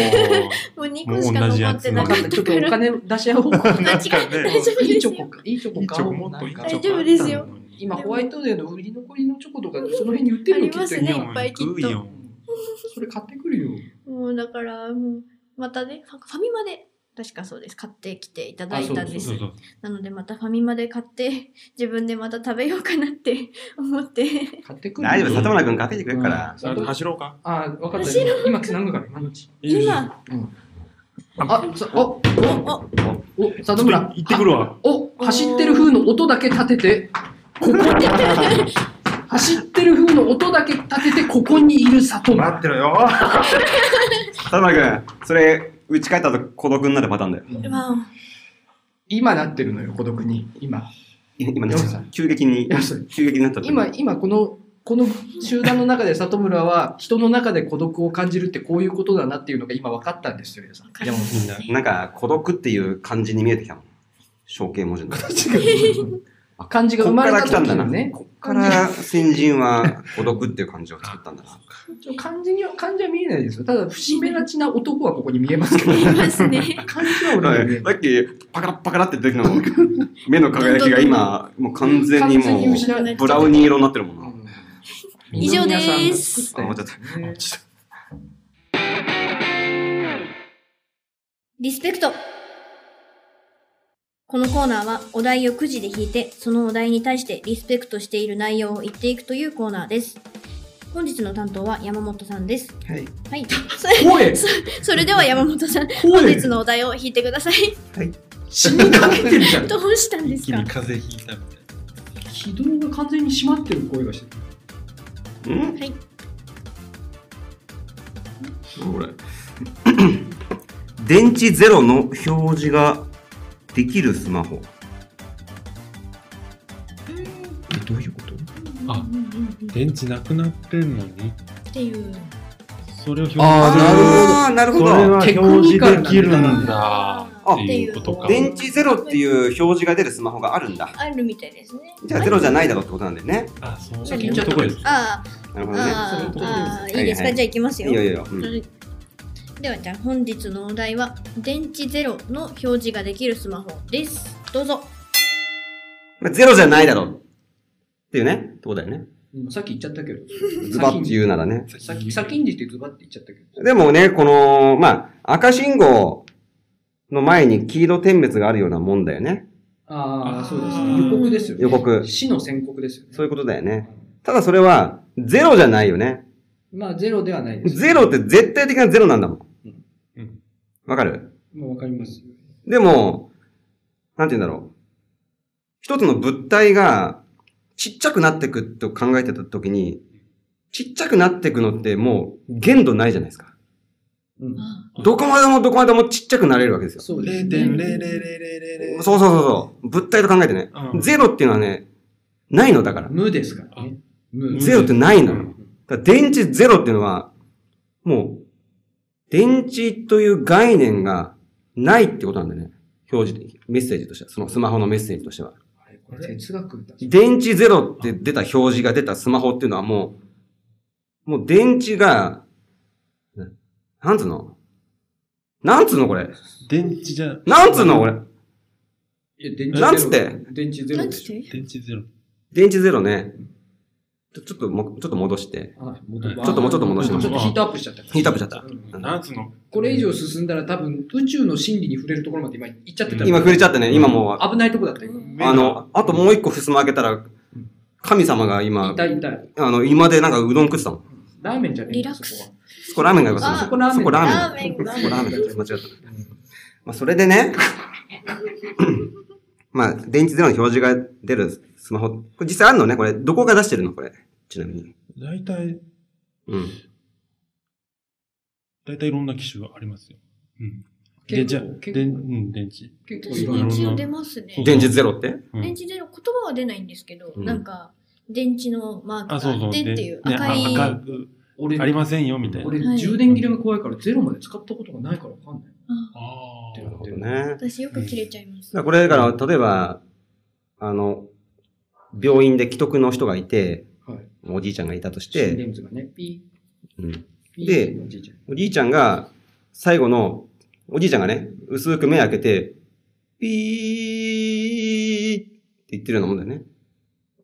Speaker 6: 2個しか残ってな
Speaker 4: 分
Speaker 6: かっ
Speaker 4: かった。ちょ
Speaker 6: た
Speaker 4: っと
Speaker 6: か
Speaker 4: お
Speaker 6: ら。
Speaker 4: 金出し合おうか。
Speaker 6: 間違えて大丈夫
Speaker 4: いい
Speaker 6: で
Speaker 4: チ
Speaker 6: す
Speaker 4: ョコ
Speaker 6: よ。
Speaker 4: か。いいチョ
Speaker 5: い
Speaker 4: コ
Speaker 5: いチョ
Speaker 4: 買お
Speaker 5: コ
Speaker 4: う
Speaker 5: もっといいチョコ
Speaker 4: なんか
Speaker 6: 大丈夫ですよ。
Speaker 4: 今、ホワイトデーの売り残りのチョコとか、その辺に売ってるのきっと
Speaker 6: ありますね
Speaker 4: よ
Speaker 6: いっぱいきっと
Speaker 5: 食うよ
Speaker 4: それ買ってくるよ。
Speaker 6: もうだから、もうまたね、ファファミマで、確かそうです。買ってきていただいたんです。
Speaker 5: そうそう。
Speaker 6: なのでまたファミマで買って、自分でまた食べようかなって思って。
Speaker 4: 買ってくるよ。
Speaker 3: 大丈夫、里村くん買ってきてくれるから。
Speaker 5: あと走ろうか。
Speaker 4: あ、分かった
Speaker 6: 走。
Speaker 4: 今繋ぐから、今のうち。
Speaker 5: いいです
Speaker 6: 今、
Speaker 4: あ、さお、
Speaker 6: お、お、
Speaker 4: お、里村。
Speaker 5: 行ってくるわ。
Speaker 4: お、走ってる風の音だけ立てて、ここに、走ってる風の音だけ立てて、ここにいる里村。
Speaker 2: 待ってろよ。
Speaker 3: 里村くん、それ、家帰った後孤独になるパターンだよ。
Speaker 6: わお。
Speaker 4: 今なってるのよ、孤独に。今。
Speaker 3: 今ね
Speaker 4: よっしゃ、
Speaker 3: 急激に、急激になっちゃった。
Speaker 4: 今、今、この、この集団の中で里村は人の中で孤独を感じるってこういうことだなっていうのが今分かったんですよ、皆さん。山本さん
Speaker 5: みんな。
Speaker 3: なんか、孤独っていう漢字に見えてきたの。象形文字の。こ
Speaker 4: 漢字が生
Speaker 3: っ
Speaker 4: ま
Speaker 3: か
Speaker 4: れ
Speaker 3: ら
Speaker 4: た
Speaker 3: 来たん
Speaker 4: 時
Speaker 3: だ
Speaker 4: の
Speaker 3: な。
Speaker 4: ね。
Speaker 3: こっから先人は孤独っていう漢字を作ったんだな。
Speaker 4: 漢字には、漢字は見えないですよ。ただ、節目がちな男はここに見えますけ ど。
Speaker 6: 言いますね。
Speaker 4: 漢字は俺
Speaker 3: は
Speaker 4: には見え
Speaker 3: い
Speaker 4: ない。
Speaker 3: さっき、パカラッパカラって出てきたの、 目の輝きが今、もう完全に
Speaker 4: 完全
Speaker 3: も
Speaker 4: に
Speaker 3: う、
Speaker 4: 失われ
Speaker 3: ブラウニー色になってるもんな。
Speaker 6: 以上です
Speaker 3: あ、間違った。
Speaker 1: リスペクトこのコーナーはお題をくじで引いて、そのお題に対してリスペクトしている内容を言っていくというコーナーです。本日の担当は山本さんです。
Speaker 4: はい。
Speaker 1: はい。
Speaker 4: 声
Speaker 1: そそれでは山本さん、本
Speaker 4: 声
Speaker 1: 日のお題を引いてください。
Speaker 4: 死にかけてるじゃん。
Speaker 1: どうしたんで
Speaker 5: 一
Speaker 1: す
Speaker 5: 気
Speaker 1: か
Speaker 5: に風邪ひいたみたい
Speaker 4: 軌道が完全に閉まってる声がしてる。
Speaker 3: ん
Speaker 4: これ。
Speaker 3: 電池ゼロの表示ができるスマホ。え、どういうこと
Speaker 5: あ
Speaker 1: うんうんうんうん
Speaker 5: な。電池なくなってんのに、
Speaker 1: っていう。
Speaker 5: それを表示する。
Speaker 3: あ
Speaker 5: あ
Speaker 3: ー、なるほ
Speaker 5: それ
Speaker 3: ど。
Speaker 5: は表示できるんだ。
Speaker 1: あ
Speaker 5: っていうことか。
Speaker 3: 電池ゼロっていう表示が出るスマホがあるんだ。
Speaker 1: あるみたいですね。
Speaker 3: じゃあゼロじゃないだろうってことなんだよね。
Speaker 5: あ、そう
Speaker 1: さっき
Speaker 5: い
Speaker 1: 言
Speaker 5: う
Speaker 1: っちゃ
Speaker 5: と
Speaker 4: った
Speaker 5: こです。
Speaker 1: あ
Speaker 3: なる
Speaker 1: あ、
Speaker 3: ほどね。
Speaker 1: あ
Speaker 4: そういうことで
Speaker 1: あ、
Speaker 4: す
Speaker 1: ああいいですか、
Speaker 3: はいはい
Speaker 1: じゃあ行きます
Speaker 3: い
Speaker 1: よ。
Speaker 3: いよいいよ。うん
Speaker 1: はいではじゃあ本日のお題は電池ゼロの表示ができるスマホです。どうぞ。
Speaker 3: まあゼロじゃないだろう。っていうね。ってことだよね。
Speaker 4: うんさっき言っちゃったけど。
Speaker 3: ズバッて言うならね。
Speaker 4: 先先にしてズバって言っちゃったけど。
Speaker 3: でもね、この、まあ、赤信号の前に黄色点滅があるようなもんだよね。
Speaker 4: あ
Speaker 5: あ
Speaker 4: あ、
Speaker 5: ー
Speaker 4: そうですね。予告ですよね。
Speaker 3: 予告。
Speaker 4: 死の宣告ですよね。
Speaker 3: そういうことだよね。ただそれは、ゼロじゃないよね。
Speaker 4: まあ、ゼロではないです。
Speaker 3: ゼロって絶対的なゼロなんだもん
Speaker 5: うん。
Speaker 3: わかる
Speaker 4: もうわかります。
Speaker 3: でも、なんて言うんだろう。一つの物体がちっちゃくなってくと考えてたときに、ちっちゃくなってくのってもう限度ないじゃないですか。
Speaker 4: うん。
Speaker 3: どこまでもどこまでもちっちゃくなれるわけですよ。
Speaker 4: そうです、ね。
Speaker 5: 0.0000。
Speaker 3: そうそうそうそう。物体と考えてね。
Speaker 5: うん
Speaker 3: ゼロっていうのはね、ないのだから。
Speaker 4: 無ですからね。無。
Speaker 3: ゼロってないのよ。
Speaker 5: う
Speaker 3: だ
Speaker 5: ん
Speaker 3: から電池ゼロっていうのは、もう、電池という概念がないってことなんだよね。表示で、メッセージとしては。そのスマホのメッセージとしては。
Speaker 4: あれこれ哲学だ。
Speaker 3: 電池ゼロって出た表示が出たスマホっていうのはもう、もう電池が、ななんつうのなんつうのこれ。
Speaker 5: 電池じゃ、
Speaker 3: なんつうのこれ。
Speaker 4: いや、電
Speaker 3: なんつって
Speaker 4: 電池ゼロ
Speaker 1: なん
Speaker 4: で
Speaker 1: つっ
Speaker 4: しょ。
Speaker 1: て
Speaker 5: 電池ゼロ。
Speaker 3: 電池ゼロね。ちょちょっとも、ちょっと戻して。
Speaker 4: はい、戻
Speaker 5: ちょっ
Speaker 3: ともうちょっと戻しまし
Speaker 4: ち
Speaker 3: ょ
Speaker 4: ょ
Speaker 5: う
Speaker 4: っとヒートアップしちゃった。
Speaker 3: ヒートアップしちゃった
Speaker 4: うん
Speaker 5: なんつうの
Speaker 4: これ以上進んだら多分宇宙の真理に触れるところまで今行っちゃってた。
Speaker 3: 今触れちゃってね、今もう、
Speaker 4: 危ないとこだったよ。
Speaker 3: あの、あともう一個襖開けたら、神様が今、
Speaker 4: 痛い痛い。
Speaker 3: あの、今でなんかうどん食ってたもん。
Speaker 4: ラーメンじゃねえ
Speaker 1: リラックス
Speaker 4: そこ
Speaker 3: そこラーメンがよかった。
Speaker 4: あそこラーメン
Speaker 3: そこラ
Speaker 1: ラ
Speaker 3: ー
Speaker 1: ー
Speaker 3: メン。
Speaker 1: メン
Speaker 4: ラ
Speaker 3: そこラーメンだ
Speaker 4: だ。
Speaker 3: 間違った。まあ、それ でね、まあ、電池ゼロの表示が出るスマホ、これ実際あるのね、これ。どこが出してるのこれ。ちなみに。
Speaker 5: 大体、
Speaker 3: うん。
Speaker 5: 大体いろんな機種がありますよ。うん。
Speaker 4: 結構
Speaker 5: で、じゃあ、
Speaker 4: 結構
Speaker 5: 電、うん、電池。
Speaker 4: 結構い
Speaker 6: 私
Speaker 4: ろいろ
Speaker 6: 電
Speaker 5: な
Speaker 6: 池出ますね
Speaker 5: そう。
Speaker 3: 電池ゼロって
Speaker 5: うん
Speaker 6: 電池出る言葉は出ないんですけど、
Speaker 3: うん
Speaker 6: なんか電池のマーク
Speaker 5: あ、そう
Speaker 6: があ
Speaker 5: そう。
Speaker 6: ってっていう赤
Speaker 5: ね
Speaker 6: い、
Speaker 5: あ赤く
Speaker 4: 俺、
Speaker 5: ありませんよ、みたいな。
Speaker 4: 俺
Speaker 6: はい
Speaker 4: 充電切れが怖いからゼロまで使ったことがないからわかんない。
Speaker 5: ああ。
Speaker 4: ーなるほどね
Speaker 3: ね。
Speaker 6: 私よく切れちゃいます。
Speaker 3: だからこれ、だから、例えば、あの、病院で既得の人がいて、
Speaker 4: はい。
Speaker 3: おじいちゃんがいたとし
Speaker 4: 心
Speaker 3: て、
Speaker 4: 電図がね、ピ
Speaker 3: うん、
Speaker 4: ー、ピー
Speaker 3: で
Speaker 4: おじいちゃん
Speaker 3: おじいちゃんが、最後の、おじいちゃんがね、薄く目開けて、ピーって言ってるようなもんだよね。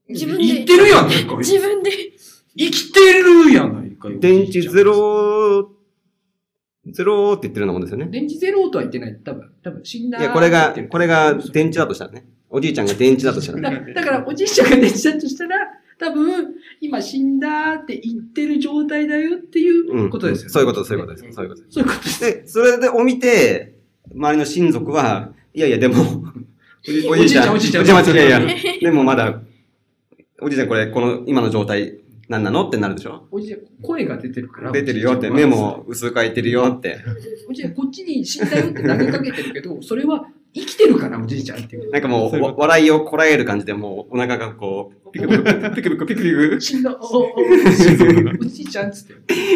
Speaker 6: 自分で
Speaker 4: 言ってるやん、なんか
Speaker 6: 自分で
Speaker 4: 生きてるやないかよ。
Speaker 3: 電池ゼロー、ゼローって言ってるようなもんですよね。
Speaker 4: 電池ゼロとは言ってない。多分、多分死んだ。
Speaker 3: いや、これが、これが電池だとしたらね。おじいちゃんが電池だとしたら。
Speaker 4: だだから、おじいちゃんが電池だとしたら、多分、今死んだって言ってる状態だよっていうことですよ、ね
Speaker 3: そういうこと、そういうことです。そういうことで。
Speaker 4: そういうことです
Speaker 3: で、それでを見て、周りの親族は、いやいや、でも、おじ
Speaker 4: おじいちゃんおじいちゃん
Speaker 3: おじいちゃん、いやいや、でもまだ、おじいちゃんこれ、この、今の状態、何なのってなるでしょ
Speaker 4: おじいちゃん、声が出てるから。
Speaker 3: 出てるよって、
Speaker 4: おじい
Speaker 3: 目
Speaker 4: ちゃんは
Speaker 3: も。薄く開いてるよって。
Speaker 4: おじいちゃん、こっちに死んだよって投げかけてるけど、それは生きてるから、おじいちゃん っていう。
Speaker 3: なんかも
Speaker 5: そうい
Speaker 3: う、
Speaker 5: うこ
Speaker 3: わ笑いをこらえる感じで、もう、お腹がこう、ピクピク、ピクピク、ピクピク、
Speaker 4: 死んだ、おおおおじいちゃんっつって。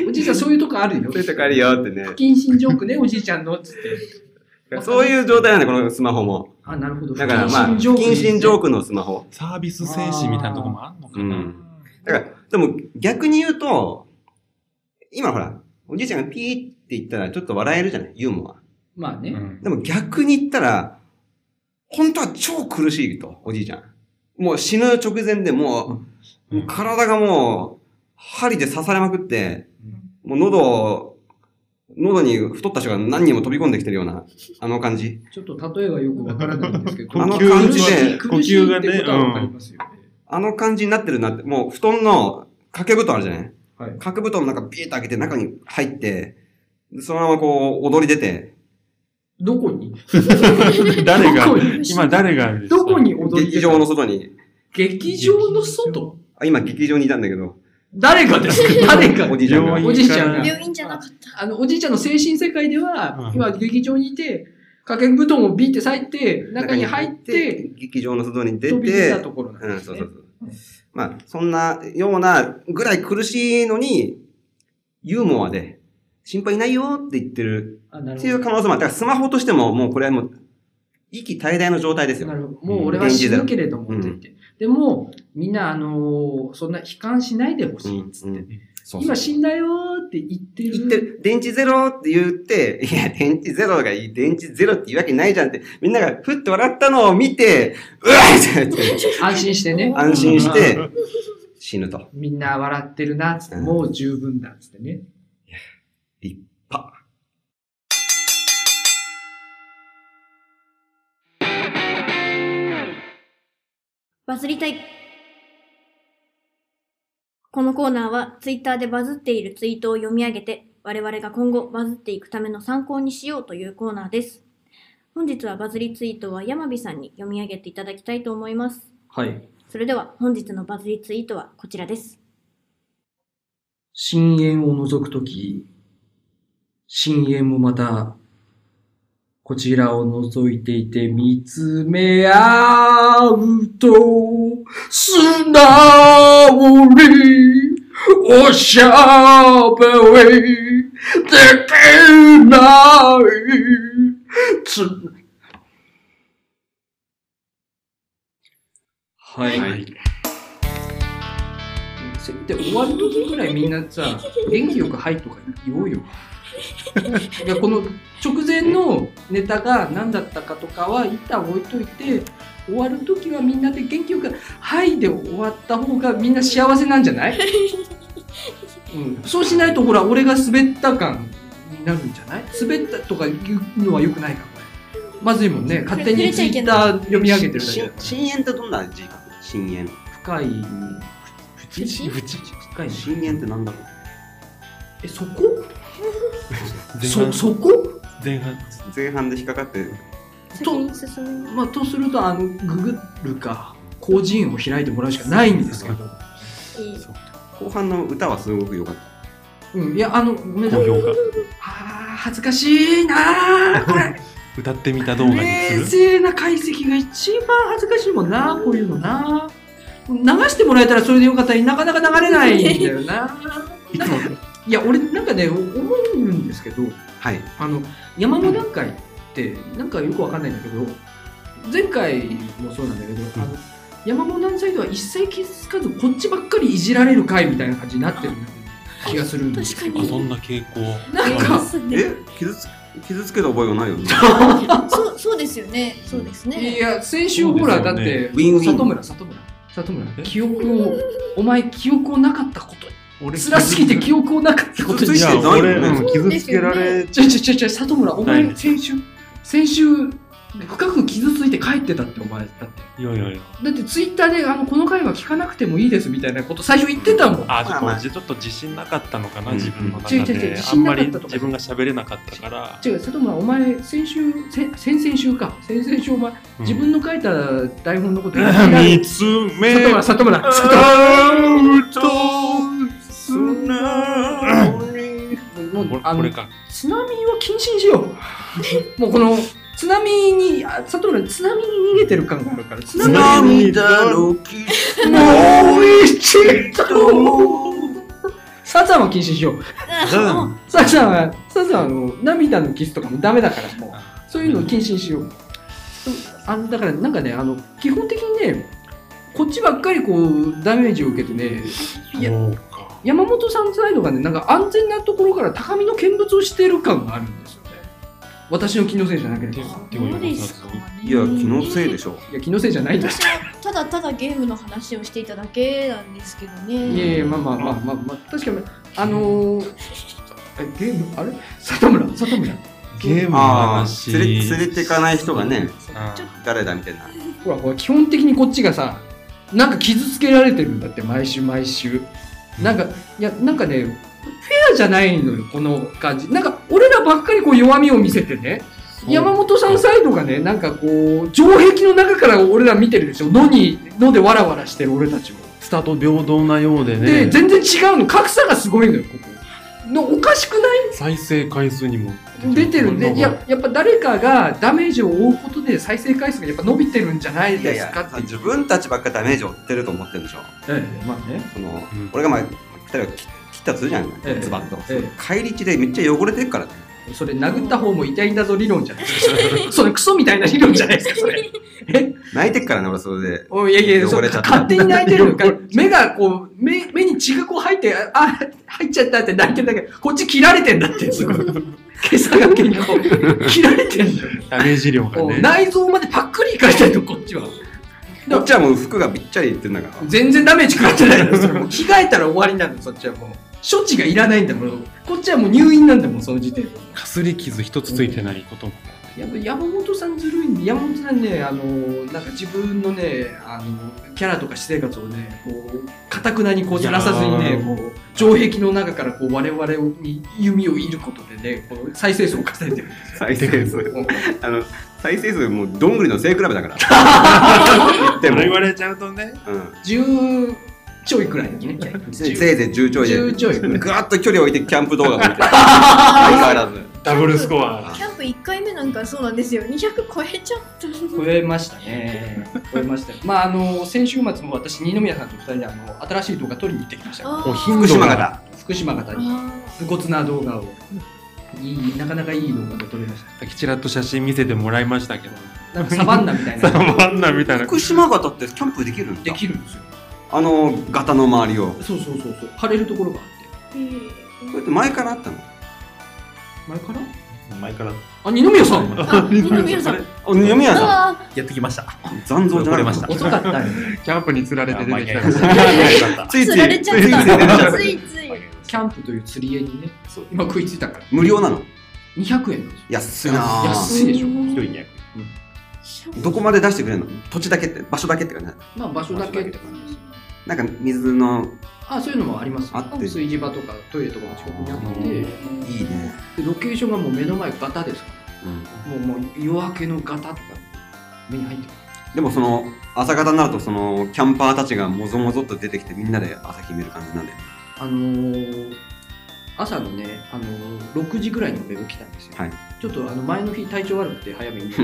Speaker 4: おじいちゃん、そういうとこあるよ。
Speaker 3: そういうとこある。よってね
Speaker 4: 不。謹慎ジョーク ね、おじいちゃんのっつって。
Speaker 3: そういう状態なんだ、このスマホも。
Speaker 4: あ、なるほど。
Speaker 3: だからまあ、
Speaker 4: 不謹慎
Speaker 3: 不
Speaker 4: ジョーク
Speaker 3: 謹慎ジョークのスマホ。
Speaker 5: サービス精神みたいなとこもあんのか
Speaker 3: う。
Speaker 5: なん
Speaker 3: だから、でも逆に言うと、今ほら、おじいちゃんがピーって言ったらちょっと笑えるじゃないユーモア。
Speaker 4: まあ
Speaker 5: う
Speaker 4: ね。
Speaker 5: ん
Speaker 3: でも逆に言ったら、本当は超苦しいと、おじいちゃん。もう死ぬ直前でも
Speaker 5: う
Speaker 3: う、
Speaker 5: ん
Speaker 3: もう体がもう、針で刺されまくって、もう喉を、喉に太った人が何人も飛び込んできてるような、あの感じ。
Speaker 4: ちょっと例えがよくわからないんですけど、
Speaker 5: 呼
Speaker 3: あの
Speaker 5: 吸
Speaker 3: 感じで
Speaker 4: 苦しいってことはわかりますよね。
Speaker 3: あの感じになってるなって、もう布団の掛け布団あるじゃない
Speaker 4: はい
Speaker 3: 角布団の中ビーッと開けて中に入って、そのままこう踊り出て、
Speaker 4: どこ に
Speaker 2: 誰が
Speaker 4: どこに、
Speaker 2: 今誰がでした
Speaker 4: どこに踊り出
Speaker 3: 劇場
Speaker 4: た
Speaker 3: の外に、
Speaker 4: 劇場の外
Speaker 3: あ今劇場にいたんだけど、
Speaker 4: 誰がですか 誰が
Speaker 3: おじいちゃんが
Speaker 2: 病院
Speaker 4: おじいちゃんが。
Speaker 6: 病院じゃなかっ
Speaker 4: あの、おじいちゃんの精神世界で
Speaker 2: うん、
Speaker 4: は今劇場にいて、掛け布団をビーって裂いて、中に入って、、
Speaker 3: 劇場の外に出
Speaker 4: 飛び出
Speaker 3: て
Speaker 4: た、ところなん
Speaker 3: うん、
Speaker 4: です
Speaker 3: そう
Speaker 4: ね。
Speaker 3: そうそう。まあ、そんなようなぐらい苦しいのに、ユーモアで、心配ないよって言ってる
Speaker 4: あ、なる
Speaker 3: っ
Speaker 4: ほ
Speaker 3: ていう可能性もある。だからスマホとしてももうこれはもう、息怠大の状態です
Speaker 4: ど。
Speaker 3: よ
Speaker 4: な。るほど。もう俺は死ぬけれどもって言って。でも、みんな、あのー、そんな悲観しないでほしいっつっ
Speaker 3: うんう
Speaker 4: て。
Speaker 3: そうそう
Speaker 4: 今死んだよーって言ってる。
Speaker 3: 言ってる、電池ゼロって言って、いや、電池ゼロがいい、電池ゼロって言うわけないじゃんって、みんながふって笑ったのを見て、うわっって言って
Speaker 4: 安心して ね。
Speaker 3: 安心して死ぬと。
Speaker 4: みんな笑ってるなっつって、もう十分だっつってね。
Speaker 3: 立派。
Speaker 1: バズりたいこのコーナーはツイッターでバズっているツイートを読み上げて我々が今後バズっていくための参考にしようというコーナーです。本日はバズりツイートは山火さんに読み上げていただきたいと思います。
Speaker 4: はい。
Speaker 1: それでは本日のバズりツイートはこちらです。
Speaker 4: 深淵を覗くとき、深淵もまた、こちらを覗いていて見つめ合うと、素直に、おしゃべり、できない、つ、はい。
Speaker 5: はい。
Speaker 4: せで終わる時くらいみんなさ元気よく「はい」とか言おうよ。でこの直前のネタが何だったかとかは一旦置いといて終わる時はみんなで元気よく「はい」で終わった方がみんな幸せなんじゃない、うん、そうしないとほら俺が滑った感になるんじゃない滑ったとか言うのはよくないかこれまずいもんね勝手にツイッター読み上げてるだけだ
Speaker 3: 深
Speaker 4: か
Speaker 3: 深淵ってどんな字書く深淵。
Speaker 4: ら深い
Speaker 5: 縁縁
Speaker 4: 深い
Speaker 3: 深淵ってなんだろう
Speaker 4: えそこ
Speaker 5: 前
Speaker 4: そ
Speaker 5: 半、
Speaker 4: そこ
Speaker 5: 前半。
Speaker 3: 前半で引っかかって、
Speaker 6: た。
Speaker 4: と
Speaker 6: 先に進みます。
Speaker 4: まあとするとあのググるか個人を開いてもらうしかないんですけど、
Speaker 3: 後半の歌はすごく良かった。
Speaker 4: うん、いやあのごめん
Speaker 5: 高
Speaker 4: なさい
Speaker 5: 評価。
Speaker 4: あー恥ずかしいなー これ
Speaker 5: 歌ってみた動画に
Speaker 4: 冷
Speaker 5: する
Speaker 4: 静な解析が一番恥ずかしいもんなこういうのな流してもらえたらそれでよかったのになかなか流れないんだよななんかいや俺なんかね思うんですけど
Speaker 3: はい。
Speaker 4: あの山本段階ってなんかよくわかんないんだけど前回もそうなんだけど、あの山本段階では一切気づかずこっちばっかりいじられる回みたいな感じになってる気がするんですけ
Speaker 6: 確
Speaker 4: ど
Speaker 6: か
Speaker 5: あ、そ
Speaker 6: に
Speaker 5: んな傾向。
Speaker 4: なん
Speaker 6: ありま
Speaker 4: か
Speaker 6: すね
Speaker 3: え傷つ、傷つけた覚えはないよね。
Speaker 6: そうそうですよね。そうです
Speaker 4: い
Speaker 6: ね。
Speaker 4: や先週ほら、
Speaker 5: そ
Speaker 4: だ
Speaker 5: う
Speaker 4: っ
Speaker 5: です
Speaker 4: て
Speaker 3: ウィンウィン
Speaker 4: 里村里村里村
Speaker 5: え
Speaker 4: 記憶をお前記憶をなかったこと
Speaker 5: 俺
Speaker 4: 辛すぎて記憶をなかったこと
Speaker 3: 傷
Speaker 4: に
Speaker 3: つい
Speaker 5: い
Speaker 4: し
Speaker 3: や
Speaker 5: や、
Speaker 3: 俺
Speaker 5: 俺、
Speaker 3: うん
Speaker 5: うん傷つけられ
Speaker 4: ちょいちょいちょいちょい里村お
Speaker 5: ない
Speaker 4: 前
Speaker 5: で
Speaker 4: 先週先週深く傷ついて帰ってたってお前だって
Speaker 5: いやいやいや。
Speaker 4: だってツイッターであのこの回は聞かなくてもいいですみたいなこと最初言ってたもん。
Speaker 5: あ、ち
Speaker 3: まあま
Speaker 5: ょ
Speaker 3: あ
Speaker 5: っと、ちょっと自信なかったのかな、
Speaker 3: うん
Speaker 5: 自分の中
Speaker 4: 違う違う違う
Speaker 5: で。
Speaker 4: 自
Speaker 5: あん
Speaker 4: 信
Speaker 5: ま
Speaker 4: なかった
Speaker 5: り
Speaker 4: とか
Speaker 5: 自分が喋れなかったから。
Speaker 4: 違う、佐藤村、お前、先週、せ先々週か、先々週、お前、
Speaker 5: うん
Speaker 4: 自分の書いた台本のこと言ってない
Speaker 2: 見つめ
Speaker 4: 佐藤村、佐藤村、佐藤村
Speaker 2: 合うと素直に
Speaker 4: もう
Speaker 5: これ
Speaker 4: あ
Speaker 5: こ
Speaker 4: の
Speaker 5: れか。
Speaker 4: 津波は禁止にしよ う。もうこの津波に、あ佐藤村、津波に逃げてる感があるから、津波も
Speaker 3: 涙のキス
Speaker 4: う一度 サザンは禁止にしよう。
Speaker 5: うん
Speaker 4: サザンは、サザンはあの涙のキスとかもダメだから、もう。そういうのを禁止にしよう。あのだからなんかねあの基本的にねこっちばっかりこうダメージを受けてねいや
Speaker 5: そうか。
Speaker 4: 山本さんサイドがねなんか安全なところから高みの見物をしてる感があるんですよね私の気のせいじゃなければい
Speaker 5: でも
Speaker 6: どうですか
Speaker 5: 山本
Speaker 6: ね。
Speaker 3: いや、気のせいでしょ。
Speaker 4: や気のせいじゃないんだ
Speaker 6: 私はただただゲームの話をしていただけなんですけど
Speaker 4: いや
Speaker 6: ね。
Speaker 4: いやまあまあまあまあ、まあ、確かにあのー、えゲームあれ里村里村
Speaker 5: ゲームの
Speaker 3: ああ、
Speaker 5: 話。
Speaker 3: 連れ、連れてかない人がね、
Speaker 5: あ
Speaker 6: ちょっ
Speaker 3: 誰だみたいな。
Speaker 4: ほらほら基本的にこっちがさなんか傷つけられてるんだって毎週毎週なんか、いや、なんかね、フェアじゃないのよ、この感じ。なんか、俺らばっかりこう弱みを見せてね、山本さんサイドがね、なんかこう、城壁の中から俺ら見てるでしょ。野に、野でわらわらしてる俺たちを。
Speaker 5: スタート平等なようでね、
Speaker 4: で、全然違うの。格差がすごいのよ、ここ。のおかしくない
Speaker 5: 再生回数にも
Speaker 4: 出てるんで、い
Speaker 5: なん
Speaker 4: や
Speaker 5: か、
Speaker 4: やっぱ誰かがダメージを負うことで再生回数がやっぱ伸びてるんじゃない
Speaker 3: いや
Speaker 4: で
Speaker 3: い
Speaker 4: す
Speaker 3: や
Speaker 4: かっていう。
Speaker 3: 自分たちばっかりダメージを負ってると思ってるんでしょ
Speaker 4: ええまあね。
Speaker 3: その、
Speaker 5: ん
Speaker 3: 俺がまあ二人を切切ったとするじゃん、
Speaker 4: ええ
Speaker 3: ズバッと、
Speaker 4: え
Speaker 3: 返り血でめっちゃ汚れてるからね
Speaker 4: えそれ殴った方も痛いんだぞ理論じゃない ですか。それクソみたいな理論じゃないですか、そ れ。え
Speaker 3: 泣いてっからね俺それで
Speaker 4: おいやいや、そ
Speaker 3: 汚
Speaker 4: れ
Speaker 3: れちゃった
Speaker 4: 勝手に泣いてるのか。目がこう、目、目に血がこう入って、ああ、入っちゃったって泣いてるだけ。こっち切られてんだって、すごい。 今朝がけにこう、切られてんだよ。
Speaker 5: ダメージ量が
Speaker 4: こう
Speaker 5: ね。
Speaker 4: 内臓までパックリいかれてるの、こっちは。
Speaker 3: こっちはもう服がびっちゃりいってんだから
Speaker 4: 全然ダメージ食らってないのよそれもう着替えたら終わりなんだよそっちはもう処置がいらないんだもんこっちはもう入院なんだもんその時点で
Speaker 5: かすり傷一つついてないことも。
Speaker 4: やっぱ山本さんずるいんで山本さんねあのなんか自分のねあのキャラとか私生活をねこうかたくなにこうさらさずに
Speaker 5: いや
Speaker 4: ね
Speaker 5: ー
Speaker 4: こう城壁の中からこう我々に弓を射ることでねこう再生数を稼いでるんです
Speaker 3: 再生数
Speaker 4: よ
Speaker 3: あの再生数もうどんぐりの背比べだから言って
Speaker 2: そ
Speaker 3: も、
Speaker 2: れ言
Speaker 3: う
Speaker 2: われちゃうとね。
Speaker 3: ん、
Speaker 4: 10ちょいくらいのね
Speaker 3: せいぜい10兆円
Speaker 4: 10兆円
Speaker 3: ぐわっと距離を置いてキャンプ動画を見てる相変わらず
Speaker 2: ダブルスコア。
Speaker 6: キャンプ1回目なんかそうなんですよ200超えちゃった
Speaker 4: 超 えましたね。超えましたよ。まああの先週末も私二宮さんと二人であの新しい動画撮りに行ってきましたよ。
Speaker 5: お
Speaker 6: あ
Speaker 5: 頻
Speaker 3: 福
Speaker 5: 度
Speaker 3: 島
Speaker 5: が
Speaker 3: から
Speaker 4: 福島方に
Speaker 6: あ
Speaker 4: 武骨な動画をいいなかなかいい動画が撮れました。
Speaker 5: さっきちらっと写真見せてもらいましたけど。
Speaker 4: なんかサバンナみ たい
Speaker 5: サ
Speaker 4: な
Speaker 5: バンナみたいな。
Speaker 3: 福島型ってキャンプできるん
Speaker 4: で
Speaker 3: だ
Speaker 4: きるんですよ。
Speaker 3: あの型の周りを
Speaker 4: そうそうそうそう。晴れるところがあって。
Speaker 3: これって前からあったの
Speaker 4: 前から？
Speaker 9: 前から
Speaker 4: あ二宮 さん。
Speaker 6: あ二宮さん
Speaker 3: お飲み屋さん
Speaker 6: あ
Speaker 9: やってきました。
Speaker 3: 残像じゃな
Speaker 9: 来れ
Speaker 3: い
Speaker 9: ました
Speaker 4: 遅かったよ。
Speaker 5: キャンプに釣られて出てきた
Speaker 9: あまあいや
Speaker 5: ら。
Speaker 6: ー
Speaker 3: ついつい
Speaker 6: 釣られちゃっ
Speaker 3: ついつい出ちゃ
Speaker 6: た
Speaker 3: う
Speaker 6: ついつい
Speaker 4: キャンプという釣り絵にね。そう今食いついたから。
Speaker 3: 無料なの
Speaker 4: 二百円なんですよ。
Speaker 3: 安いなぁ
Speaker 4: 安いでしょ。
Speaker 9: 一人200
Speaker 3: どこまで出してくれるの土地だけって場所だけって感じ
Speaker 4: まあ場所だけって感じです。
Speaker 3: なんか水の
Speaker 4: あそういうのもあります。
Speaker 3: あって
Speaker 4: 炊事場とかトイレとかも近くにあって。
Speaker 3: いいね、
Speaker 4: でロケーションがもう目の前ガタですか
Speaker 3: うん、
Speaker 4: らもうもう夜明けのガタとか目に入ってく
Speaker 3: でもその朝方になるとそのキャンパーたちがもぞもぞっと出てきてみんなで朝日見る感じなんだよ
Speaker 4: るあのー朝のね、あのー6時ぐらいに俺起きたんですよ、
Speaker 3: はい
Speaker 4: ちょっとあの前の日体調悪くて早めに寝て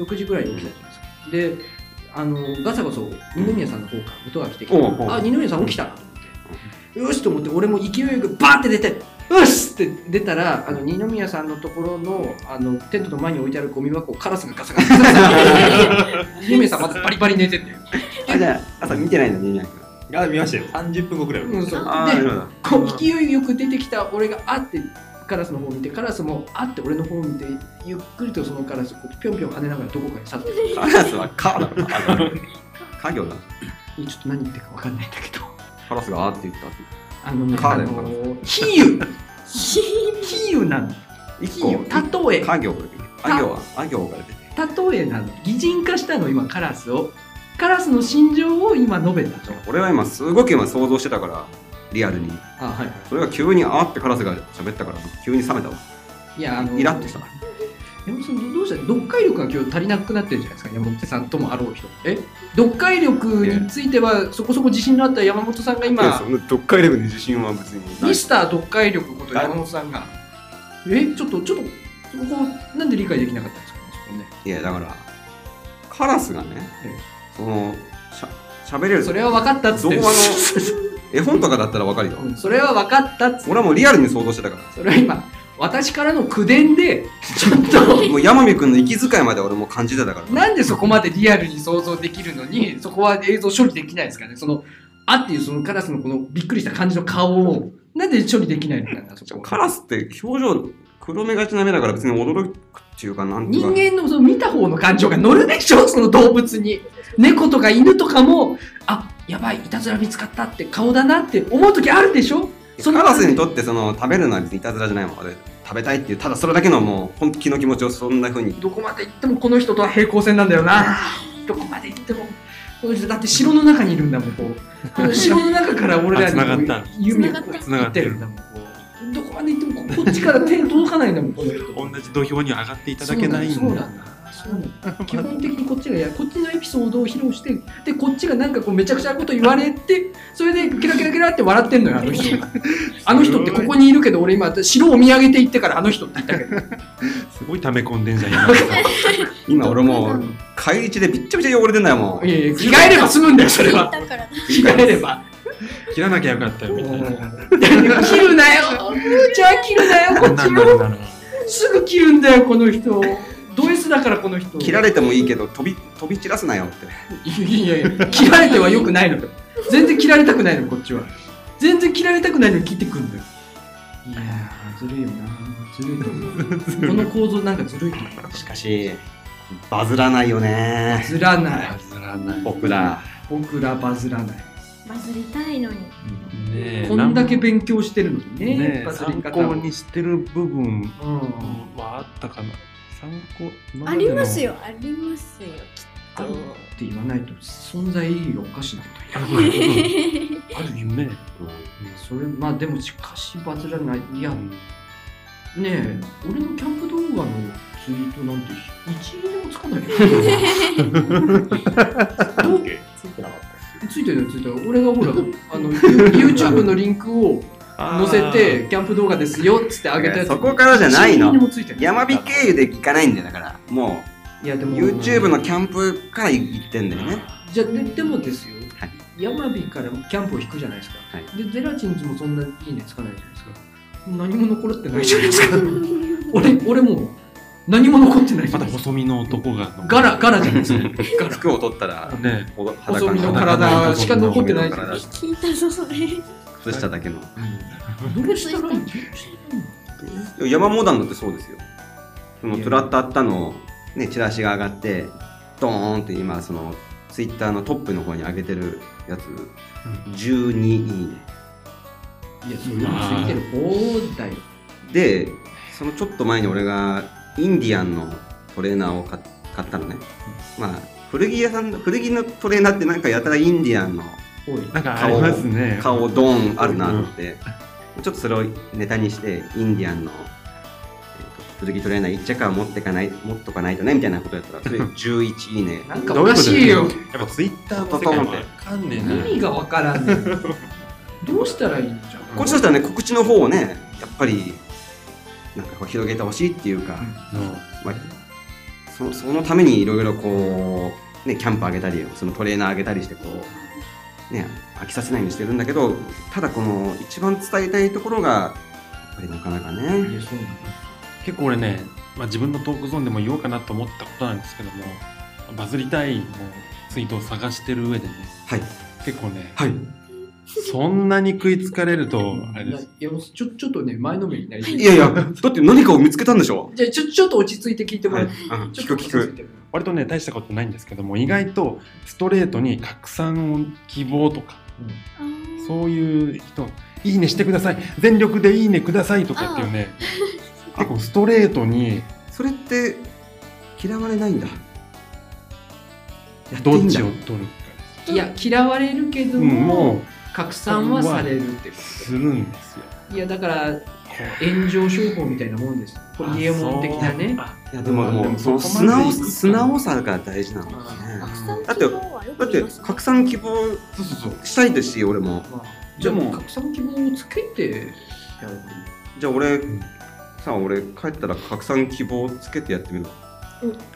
Speaker 4: 6時ぐらいに起きたじゃないですかであのーガサガサ二宮さんの方から音が来てきて、
Speaker 3: おうおう
Speaker 4: あ二宮さん起きたなと思って、よしと思って俺も勢いよくバーって出てよしって出たらあの二宮さんのところのあのテントの前に置いてあるゴミ箱をカラスがガサガサガサガサ二宮さんまずバリバリ寝てて
Speaker 3: あじゃあ朝見てないんだね宮城君
Speaker 9: あ、見ましたよ。30分後くらい。
Speaker 4: うん、そう
Speaker 3: ああな
Speaker 4: で
Speaker 3: るほど
Speaker 4: こう勢いよく出てきた俺があってカラスの方を見てカラスもあって俺の方を見てゆっくりとそのカラスこうぴょんぴょん跳ねながらどこかに去ってい
Speaker 3: カラスはカだろカだろカ行だ
Speaker 4: くちょっと何言ってるかわかんないんだけど
Speaker 3: カラスがあって言ったって
Speaker 4: あのね
Speaker 3: カ
Speaker 4: あ
Speaker 3: ーだよ
Speaker 4: の比喩比喩なの
Speaker 3: 一
Speaker 4: 比
Speaker 3: 個
Speaker 4: 喩例え
Speaker 3: カ行が出てるあ行はあ行が出てる
Speaker 4: 例えなの擬人化したの今カラスをカラスの心情を今述べたと
Speaker 3: 俺は今すごく今想像してたからリアルに
Speaker 4: あはいは
Speaker 3: それが急にあーってカラスが喋ったから急に冷めたわ
Speaker 4: いいやあの
Speaker 3: イラッとした
Speaker 4: 山本さんどうした読解力が今日足りなくなってるじゃないですか山本さんともあろう人え読解力についてはそこそこ自信のあった山本さんが
Speaker 3: いや
Speaker 4: 今
Speaker 3: そんな読解力に自信は別にない
Speaker 4: ミスター読解力こと山本さんがえちょっとちょっとそこなんで理解できなかったんですかねそこね
Speaker 3: いやだからカラスがね、
Speaker 4: え
Speaker 3: そのしゃ喋れる
Speaker 4: それは分かったっつって
Speaker 3: 童話絵本とかだったらわかるよ、
Speaker 4: うんそれは分かったっつって
Speaker 3: 俺はもうリアルに想像してたから
Speaker 4: それは今私からの口伝でちょっと
Speaker 3: もう山見君の息遣いまで俺もう感じてたから
Speaker 4: なんでそこまでリアルに想像できるのに、そこは映像処理できないですかね。その、あっていうそのカラスのこのびっくりした感じの顔を、なんで処理できないのかな、そこ
Speaker 3: カラスって表情黒目がちな目だから別に驚くっていうかなんていう
Speaker 4: 人
Speaker 3: か
Speaker 4: 間のその見た方の感情が乗るでしょその動物に。猫とか犬とかも、あ、やばい、いたずら見つかったって顔だなって思う時あるでしょその
Speaker 3: カラスにとってその食べるのは別にいたずらじゃないもんあれ食べたいっていうただそれだけのもう本当気の気持ちをそんな風に
Speaker 4: どこまで行ってもこの人とは平行線なんだよな。どこまで行ってもだって城の中にいるんだもんこう城の中から俺ら
Speaker 2: あ繋
Speaker 4: に
Speaker 2: がっ
Speaker 4: 弓をこう
Speaker 2: 繋が
Speaker 4: 打
Speaker 2: っ
Speaker 4: って
Speaker 2: て
Speaker 4: る
Speaker 2: る
Speaker 4: んだもんこうどこまで行ってもここっちから手届かないんだもんこの人
Speaker 2: 同じ土俵に上がっていただけないん
Speaker 4: そう
Speaker 2: だ
Speaker 4: なんだそうなんだ基本的にこっちがいやこっちのエピソードを披露してでこっちがなんかこうめちゃくちゃなこと言われてそれでケラケラケラって笑ってんのよあの人あの人ってここにいるけど俺今城を見上げて行ってからあの人って言ったけど
Speaker 2: すごい溜め込んでんじゃん今のさ
Speaker 3: 今俺もう、帰り地でびっちゃびちゃ汚れてんだよ、もう。
Speaker 4: いやいや着替えれば済むんだよそれは
Speaker 6: だから
Speaker 4: 着替えれば
Speaker 2: 切らなきゃよかったよみたい な
Speaker 4: 切るなよじゃあ切るなよこ
Speaker 2: こん
Speaker 4: っ
Speaker 2: な
Speaker 4: ち
Speaker 2: んなる
Speaker 4: も
Speaker 2: な ら
Speaker 4: すぐ切るんだよこの人ド S だからこの人
Speaker 3: 切られてもいいけど、飛び、飛び散らすなよって。
Speaker 4: いやいやいや切られてはよくないのよ全然切られたくないのこっちは全然切られたくないのに切ってくんだよいやーずるいよなずるいと思うこの構造なんかずるいと思う
Speaker 3: しかし、バズらないよね。
Speaker 4: ずらない
Speaker 5: 外らない。
Speaker 3: 僕ら。
Speaker 4: 僕らバズらない
Speaker 6: バズりたいのに
Speaker 5: ねえ
Speaker 4: こんだけ勉強してるのにね
Speaker 5: ねえ
Speaker 4: バズり
Speaker 2: 参
Speaker 4: 方
Speaker 2: 考
Speaker 4: を
Speaker 2: にしてる部分
Speaker 4: うん
Speaker 2: はあったかな参考今ま
Speaker 6: あ
Speaker 2: での
Speaker 6: りますよありますよ
Speaker 4: あるって言わないと存在意義がおかしなこと
Speaker 2: あ
Speaker 4: や
Speaker 2: るうんある夢
Speaker 4: それまあでもしかしバズらないいや
Speaker 2: う
Speaker 4: ね
Speaker 2: ん
Speaker 4: え俺のキャンプ動画のツイートなんて1円でもつかないよどう
Speaker 9: ついてなかった。
Speaker 4: ついてるよついてる俺がほらあの YouTube のリンクを載せてキャンプ動画ですよっつって上げたやつ
Speaker 3: そこからじゃな
Speaker 4: 1
Speaker 3: い
Speaker 4: 円で
Speaker 3: の。
Speaker 4: もついてる
Speaker 3: 山火経由で行かないんだよ、だから。も
Speaker 4: いやで
Speaker 3: う、
Speaker 4: も
Speaker 3: YouTube のキャンプから行ってんだよね。
Speaker 4: じゃででもですよ、
Speaker 3: はい
Speaker 4: 山火からキャンプを引くじゃないですか、
Speaker 3: はい
Speaker 4: でゼラチンズもそんなにいいねつかないじゃないですか何も残ってないじゃないですか 俺俺もう何も残ってないじ
Speaker 2: ま
Speaker 4: ゃな
Speaker 2: だ
Speaker 4: いですか
Speaker 2: 細身の男が残る
Speaker 4: ガラガラじゃないですかガラ
Speaker 3: 服を取ったら、
Speaker 2: ね
Speaker 3: ほど
Speaker 4: 細身の
Speaker 3: 裸
Speaker 4: 体しか残ってないじゃないですか
Speaker 6: 聞いたぞそれ
Speaker 3: 靴下だけの。
Speaker 4: どうしたらいいの
Speaker 3: いや山モダンだってそうですよ。そのトラッタあったの、ね、チラシが上がって、ドーンって今、その、ツイッターのトップの方に上げてるやつ、12いいね。
Speaker 4: いやそれもついてる方だよ
Speaker 3: で、そのちょっと前に俺が、インディアンのトレーナーを買っ買ったのね。まあ、古着屋さん、古着のトレーナーってなんかやたらインディアンの
Speaker 4: おい
Speaker 2: なんかありますね
Speaker 3: 顔ドーンあるなと思って、ちょっとそれをネタにして、インディアンの、えーと古着トレーナー1着は持ってかない、持っとかないとね、みたいなことやったら、それ11いいね。
Speaker 4: なんかおかしいよ
Speaker 2: どううことですかやっぱツイッターの世界はわかんねえな
Speaker 4: 意味がわからんねんどうしたらいいんじゃん
Speaker 3: こっちとしてはね、告知の方をね、やっぱり、なんかこう広げてほしいっていうか、まあ、そそのためにいろいろこう、ね、キャンプあげたり、そのトレーナーあげたりして、こう、ね、飽きさせないようにしてるんだけど、ただこの一番伝えたいところが、やっぱりなかなか
Speaker 4: い
Speaker 3: ね、
Speaker 4: やそうなの
Speaker 2: 結構俺ね、まあ、自分のトークゾーンでも言おうかなと思ったことなんですけどもバズりたいのツイートを探してる上でね
Speaker 3: はい、
Speaker 2: 結構ね
Speaker 3: はい。
Speaker 2: そんなに食いつかれるとあれ
Speaker 4: い
Speaker 2: で
Speaker 4: や
Speaker 2: す
Speaker 4: いやちょちょっとね前のめりになりすぎ
Speaker 3: いやいや、だって何かを見つけたんでしょ
Speaker 4: じゃあちょちょっと落ち着いて聞いてもら
Speaker 3: は
Speaker 4: っ
Speaker 3: い、
Speaker 4: て
Speaker 3: あ
Speaker 4: ち
Speaker 3: 聞
Speaker 4: ょ
Speaker 3: く
Speaker 4: っと
Speaker 3: 聞く。
Speaker 2: 割とね大したことないんですけども意外とストレートに拡散を希望とか
Speaker 6: あー
Speaker 2: そういう人「いいねしてください全力でいいねください」とかっていうね 結構ストレートに
Speaker 3: それって、嫌われないんだ。やっていい
Speaker 2: どっ
Speaker 3: ん
Speaker 2: ち
Speaker 3: だ
Speaker 2: を取るか
Speaker 4: いや嫌われるけど
Speaker 2: うん
Speaker 4: も、
Speaker 2: も
Speaker 4: 拡散はされるってこ
Speaker 2: うするんですよ。
Speaker 4: といやだから炎上商法みたいなもんですホリエモン的なね
Speaker 2: あ
Speaker 3: いや、でも、
Speaker 2: うんで
Speaker 3: でも
Speaker 2: も
Speaker 3: その
Speaker 2: そこ
Speaker 3: 素
Speaker 2: まで
Speaker 3: 直
Speaker 2: いくか
Speaker 3: 素直さが大事なのかね。
Speaker 6: 拡散
Speaker 3: だって
Speaker 6: 希望はよ
Speaker 3: だ
Speaker 6: く言
Speaker 3: って
Speaker 6: いますね
Speaker 3: 拡散希望
Speaker 2: そうそうそう
Speaker 3: したいですし俺も
Speaker 4: まあじ
Speaker 3: で
Speaker 4: ゃあ
Speaker 3: も
Speaker 4: もう拡散希望をつけてやればいい
Speaker 3: じゃあ俺、
Speaker 2: ん
Speaker 3: さあ俺帰ったら拡散希望つけてやってみるわ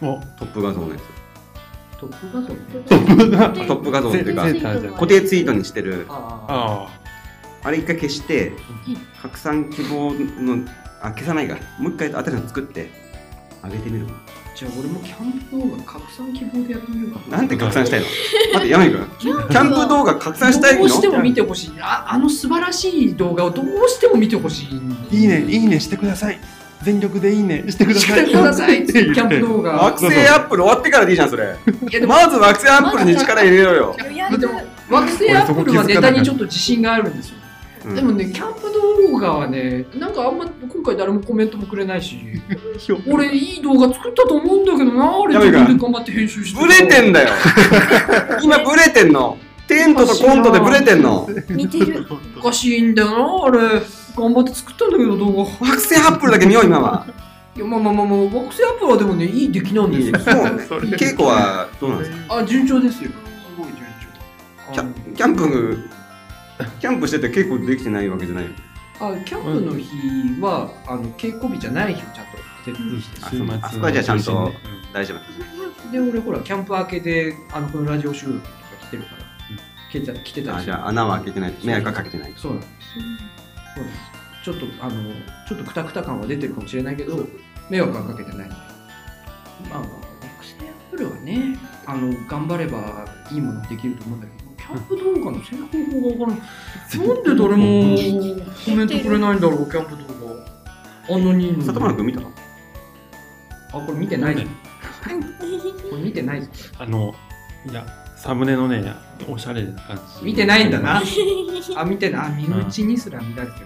Speaker 2: お
Speaker 3: トップ画像のやつ
Speaker 4: トップ画像ね
Speaker 2: トップが
Speaker 3: トップ画像っていうか
Speaker 2: セーターじゃん
Speaker 3: 固定ツイートにしてる
Speaker 4: あ
Speaker 2: あ
Speaker 3: あれ一回消して拡散希望のあ消さないかもう一回新しいの作って上げてみるわ
Speaker 4: あじゃあ俺もキャンプ動画拡散希望でやってみようか
Speaker 3: なんて拡散したいの待って山井君キャンプ動画拡散したいの
Speaker 4: どうしても見てほしいああの素晴らしい動画をどうしても見てほしい
Speaker 2: いいね、いいねしてください。全力でいいねしてください。
Speaker 4: してください
Speaker 2: っ
Speaker 4: キ
Speaker 2: て言って
Speaker 4: ャンプ動
Speaker 3: ア
Speaker 4: 画
Speaker 3: クセアップル終わってからでいいじゃんそれ
Speaker 4: いやでも
Speaker 3: まずはアクセアップルに力入れようよ
Speaker 6: 予約
Speaker 4: 惑星アップルはネタにちょっと自信があるんですよ。
Speaker 3: うん
Speaker 4: でもね、キャンプ動画はね、なんかあんま今回誰もコメントもくれない し、俺いい動画作ったと思うんだけどな、あれ
Speaker 3: や
Speaker 4: 自
Speaker 3: めろ
Speaker 4: 分で頑張って編集して。
Speaker 3: ブレてんだよ今ブレてんのテントとコントでブレてんの
Speaker 6: 似てる。
Speaker 4: おかしいんだよな、あれ。頑張って作ったんだけど動画。い
Speaker 3: 惑星アップルだけ見よう今は
Speaker 4: や、まあまあまあまあ、惑星アップはでもね、いい出来なんです
Speaker 3: いい
Speaker 4: よ。
Speaker 3: そうね稽古はどうなんですか
Speaker 4: あ、順調ですよ。すごい順
Speaker 3: キ
Speaker 4: 調。あ
Speaker 3: ャ
Speaker 4: の
Speaker 3: キャンプキャンプしてて稽古できてないわけじゃないよ
Speaker 4: あキャンプの日は、あの稽古日じゃない日をちゃんと徹底して
Speaker 3: あそうあそこはじゃあちゃんと
Speaker 2: うん
Speaker 3: 大丈 夫
Speaker 4: で俺ほらキャンプ明けであのこのラジオ収録とか来てるから、来てた来てた
Speaker 3: あ
Speaker 4: り
Speaker 3: じゃあ穴は開けてない迷惑はかけてない
Speaker 4: そうなんですそうなんですちょっとあのちょっとクタクタ感は出てるかもしれないけど迷惑はかけてないまあまあ学生アップルはねあの頑張ればいいものできると思うんだけどキャンプ動画の成功法がわからないな んで誰 もコメントくれないんだろうキャンプ動画あんなにいいのに
Speaker 3: 里村君見たの
Speaker 4: あこれ見てない ぞこれ見てないぞ
Speaker 2: あのいやサムネのねおしゃれな感じ
Speaker 4: 見てないんだなあ見てないあ身内にすら見られてない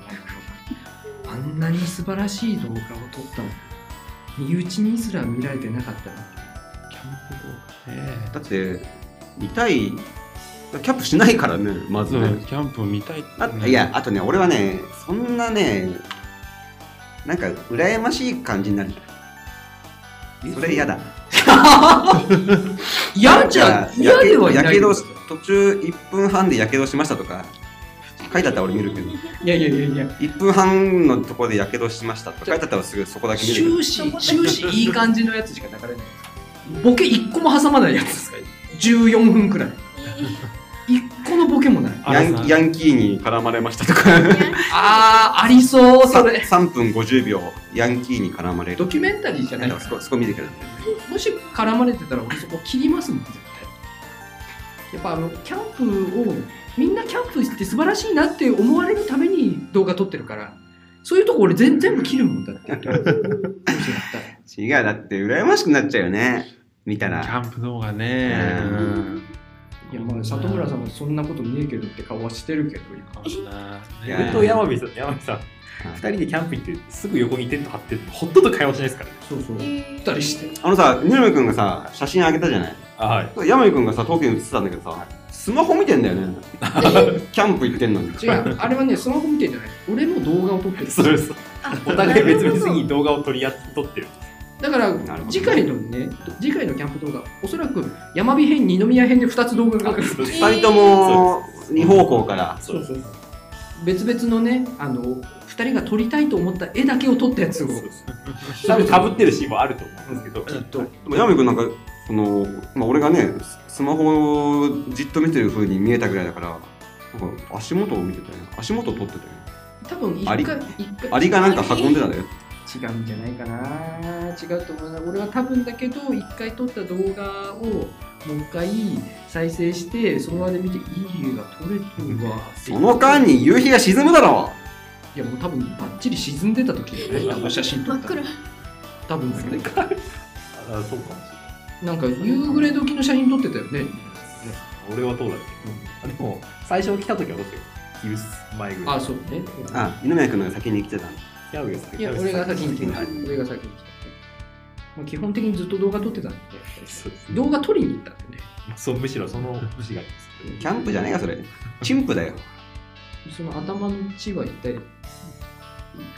Speaker 4: あんなに素晴らしい動画を撮ったのに身内にすら見られてなかったの
Speaker 2: キャンプ動画ね
Speaker 3: だって見たいキャンプしないからねまず
Speaker 2: そ
Speaker 3: ね、
Speaker 2: うキャンプ見たいって
Speaker 3: あいやあとね俺はねそんなねなんか羨ましい感じになるそれ嫌だ
Speaker 4: 嫌じゃ
Speaker 3: いや
Speaker 4: 嫌ではい
Speaker 3: や
Speaker 4: な
Speaker 3: け
Speaker 4: い
Speaker 3: やけどし途中1分半でやけどしましたとか書いてあったら俺見るけど
Speaker 4: いやいやいやいや
Speaker 3: 1分半のところでやけどしましたとか書いてあったらすぐそこだけ見るけど
Speaker 4: 終始終始いい感じのやつしか流れないボケ一個も挟まないやつですか14分くらい一個のボケもない
Speaker 2: あ
Speaker 3: ヤ
Speaker 2: れさ
Speaker 3: ンヤンキーに絡まれましたとか
Speaker 4: あーありそう それ
Speaker 3: 3分50秒ヤンキーに絡まれる
Speaker 4: ドキュメンタリーじゃない
Speaker 3: だからそこそこ見るけど
Speaker 4: もし絡まれてたら俺そこ切りますもん絶対やっぱあのキャンプをみんなキャンプって素晴らしいなって思われるために動画撮ってるからそういうとこ俺全全部切るもんだってどうせやったら
Speaker 3: 違うだって羨ましくなっちゃうよね見た
Speaker 2: キ
Speaker 3: ら
Speaker 2: ャンプ動画ね
Speaker 3: う
Speaker 2: う
Speaker 3: ん
Speaker 2: ん
Speaker 4: いやまあ里村さんもそんなことねえけどって顔はしてるけど今
Speaker 3: いや
Speaker 9: 俺と山火さん、山火さん、二人でキャンプ行って、すぐ横にテント張って、ほっとと会話しないですからね。
Speaker 4: そうそう二人して
Speaker 3: あのさ二宮君がさ写真あげたじゃない
Speaker 9: あはい。
Speaker 3: 山井君がさ東京に移ってたんだけどさスマホ見てんだよねキャンプ行ってんのに
Speaker 4: 違うあれはねスマホ見てんじゃない俺も動画を撮ってる
Speaker 9: そうそう。お互い別々に動画を撮り合って撮ってる。
Speaker 4: だから
Speaker 3: なるほど
Speaker 4: 次回のね次回のキャンプ動画おそらく山火編二宮編で2つ動画が
Speaker 9: そうです
Speaker 3: 2人とも2方向から
Speaker 9: そうです。
Speaker 4: 別々のねあの2人が撮りたいと思った絵だけを撮ったやつを
Speaker 9: 多分かぶってるシーンもあると思うんですけど、きっと。
Speaker 3: でも山井君なんかその、まあ、俺がねススマホをじっと見てる風に見えたぐらいだからなんか足元を見てたよね足元を撮ってたよね
Speaker 4: 多分一
Speaker 3: ア
Speaker 4: 回
Speaker 3: リ
Speaker 4: 一回
Speaker 3: アリがなんか運んでたんだよ
Speaker 4: 違うんじゃないかな違うと思うな俺は多分だけど一回撮った動画をもう一回再生してその場で見ていい絵が撮れてるわって
Speaker 3: その間に夕日が沈むだろ
Speaker 4: いやもう多分バッチリ沈んでた時だよね多分写真撮
Speaker 6: 真
Speaker 4: っ
Speaker 6: った
Speaker 4: ら
Speaker 6: 暗。
Speaker 4: 多分だけど
Speaker 9: あそうかもしれな
Speaker 4: なん
Speaker 9: い。
Speaker 4: か夕暮れ時の写真撮ってたよね
Speaker 9: 俺はどうだっけ、あでも、最初来た時はどうだっけ昼前ぐらい。
Speaker 4: あそうね
Speaker 3: あ二宮君が先に来てたんだ
Speaker 9: ヤブさん
Speaker 4: いや俺が先に来
Speaker 9: た。
Speaker 4: た俺が先に来たまあ基本的にずっと動画撮ってたんで
Speaker 9: そうです
Speaker 4: 動画撮りに行ったってね
Speaker 9: そうむしろその節がありますけど。
Speaker 3: キャンプじゃねえかそれチンプだよ
Speaker 4: その頭の血は一体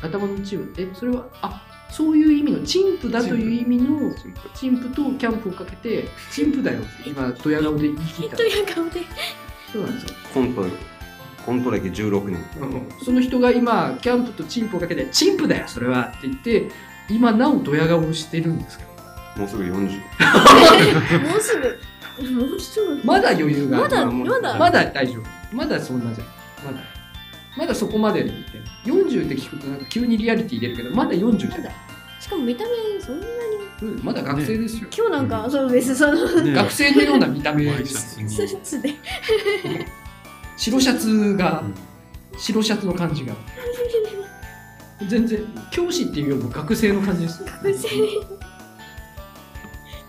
Speaker 4: 頭の血はえそれはあそういう意味の陳腐だという意味の
Speaker 3: チンプ
Speaker 4: 陳腐とキャンプをかけて陳腐だよって今ドヤ顔で言い切った
Speaker 6: という顔で。
Speaker 4: そうなんですよ、
Speaker 3: コントコント歴16年
Speaker 4: その人が今キャンプと陳腐をかけて陳腐だよそれはって言って今なおドヤ顔をしてるんですから
Speaker 3: もうすぐ40
Speaker 6: もうすぐ。もうすぐ。
Speaker 4: まだ余裕があ
Speaker 6: ま
Speaker 4: る
Speaker 6: だ、
Speaker 3: まあ
Speaker 6: ま
Speaker 4: ま
Speaker 6: だ。
Speaker 4: だ大丈夫まだそんなじゃんまだまだそこまでにって40って聞くとなんか急にリアリティ出るけどまだ40じゃ
Speaker 6: ま
Speaker 4: ん
Speaker 6: だしかも見た目、そんなに。
Speaker 4: うんまだ学生ですよ、
Speaker 6: 今日なんか、そうです。その。
Speaker 2: ね
Speaker 4: 学生のような見た目
Speaker 2: ワ
Speaker 4: で
Speaker 2: イシャ
Speaker 4: す
Speaker 2: ツに
Speaker 6: スーツで。
Speaker 4: 白シャツが、
Speaker 2: うん
Speaker 4: 白シャツの感じが全然教師っていうよりも学生の感じです
Speaker 6: 学生。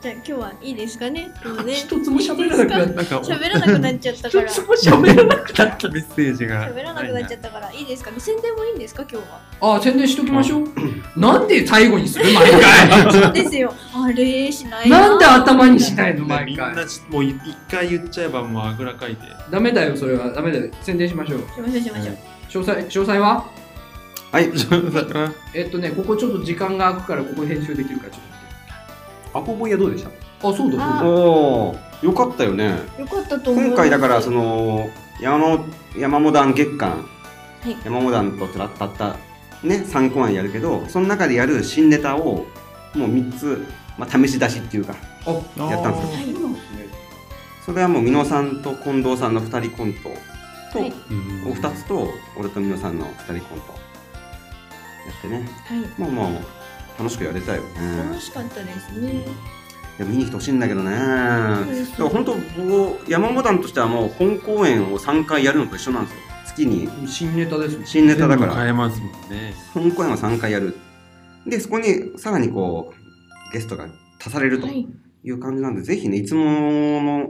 Speaker 6: じゃあ今日はいいですかね。でもね
Speaker 4: 一つも喋らなくなった。
Speaker 2: なんか、
Speaker 6: 喋らなくなっちゃったから。
Speaker 4: 一つも喋らなく
Speaker 2: だ
Speaker 4: なっ
Speaker 2: ったメッセージが。
Speaker 6: 喋らなくなっちゃったからいいですかね。宣伝もいいんですか今日は。
Speaker 4: た。あ、宣伝しときましょう。なんで最後にする毎回。
Speaker 6: そうですよ。あれしない
Speaker 4: なんで頭にしないの
Speaker 2: ねみ
Speaker 4: 毎
Speaker 2: んな
Speaker 4: 回。
Speaker 2: もう一回言っちゃえばもうあぐらかいて
Speaker 4: ダメだよ、それは。ダメだよ。宣伝しましょう。
Speaker 6: しましょうしましょう。
Speaker 4: 詳細、詳細は
Speaker 3: はい。
Speaker 4: えっとね、ここちょっと時間が空くから、ここ編集できるからちょっ
Speaker 9: アコボイはどうでした
Speaker 4: と。あ、そうだ、そうだ。
Speaker 3: おー、よかったよね。
Speaker 6: よかったと思う。
Speaker 3: 今回だから、その、山本、山本団月間、
Speaker 6: い
Speaker 3: 山本団とたったった、ね、3公演やるけど、その中でやる新ネタを、もう3つ、まあ、試し出しっていうか、
Speaker 2: あー
Speaker 3: やったんです
Speaker 6: はい
Speaker 3: それはもう美濃さんと近藤さんの2人コントと、
Speaker 6: はい
Speaker 2: うん
Speaker 3: お2つと俺と美濃さんの2人コントやってね
Speaker 6: はい。
Speaker 3: もうもう楽しくやれたよね
Speaker 6: 楽しかったですね。
Speaker 3: いや見に来てほしいんだけどねだ
Speaker 6: そう
Speaker 3: か
Speaker 6: です
Speaker 3: ら本当僕山本団としてはもう本公演を3回やるのと一緒なんですよ月に
Speaker 4: 新ネタですね。
Speaker 3: 新ネタだか
Speaker 2: 全部
Speaker 3: ら
Speaker 2: 変えますもんね
Speaker 3: 本公演を3回やるでそこにさらにこうゲストが足されると
Speaker 6: はい
Speaker 3: いう感じなんで、ぜひねいつもの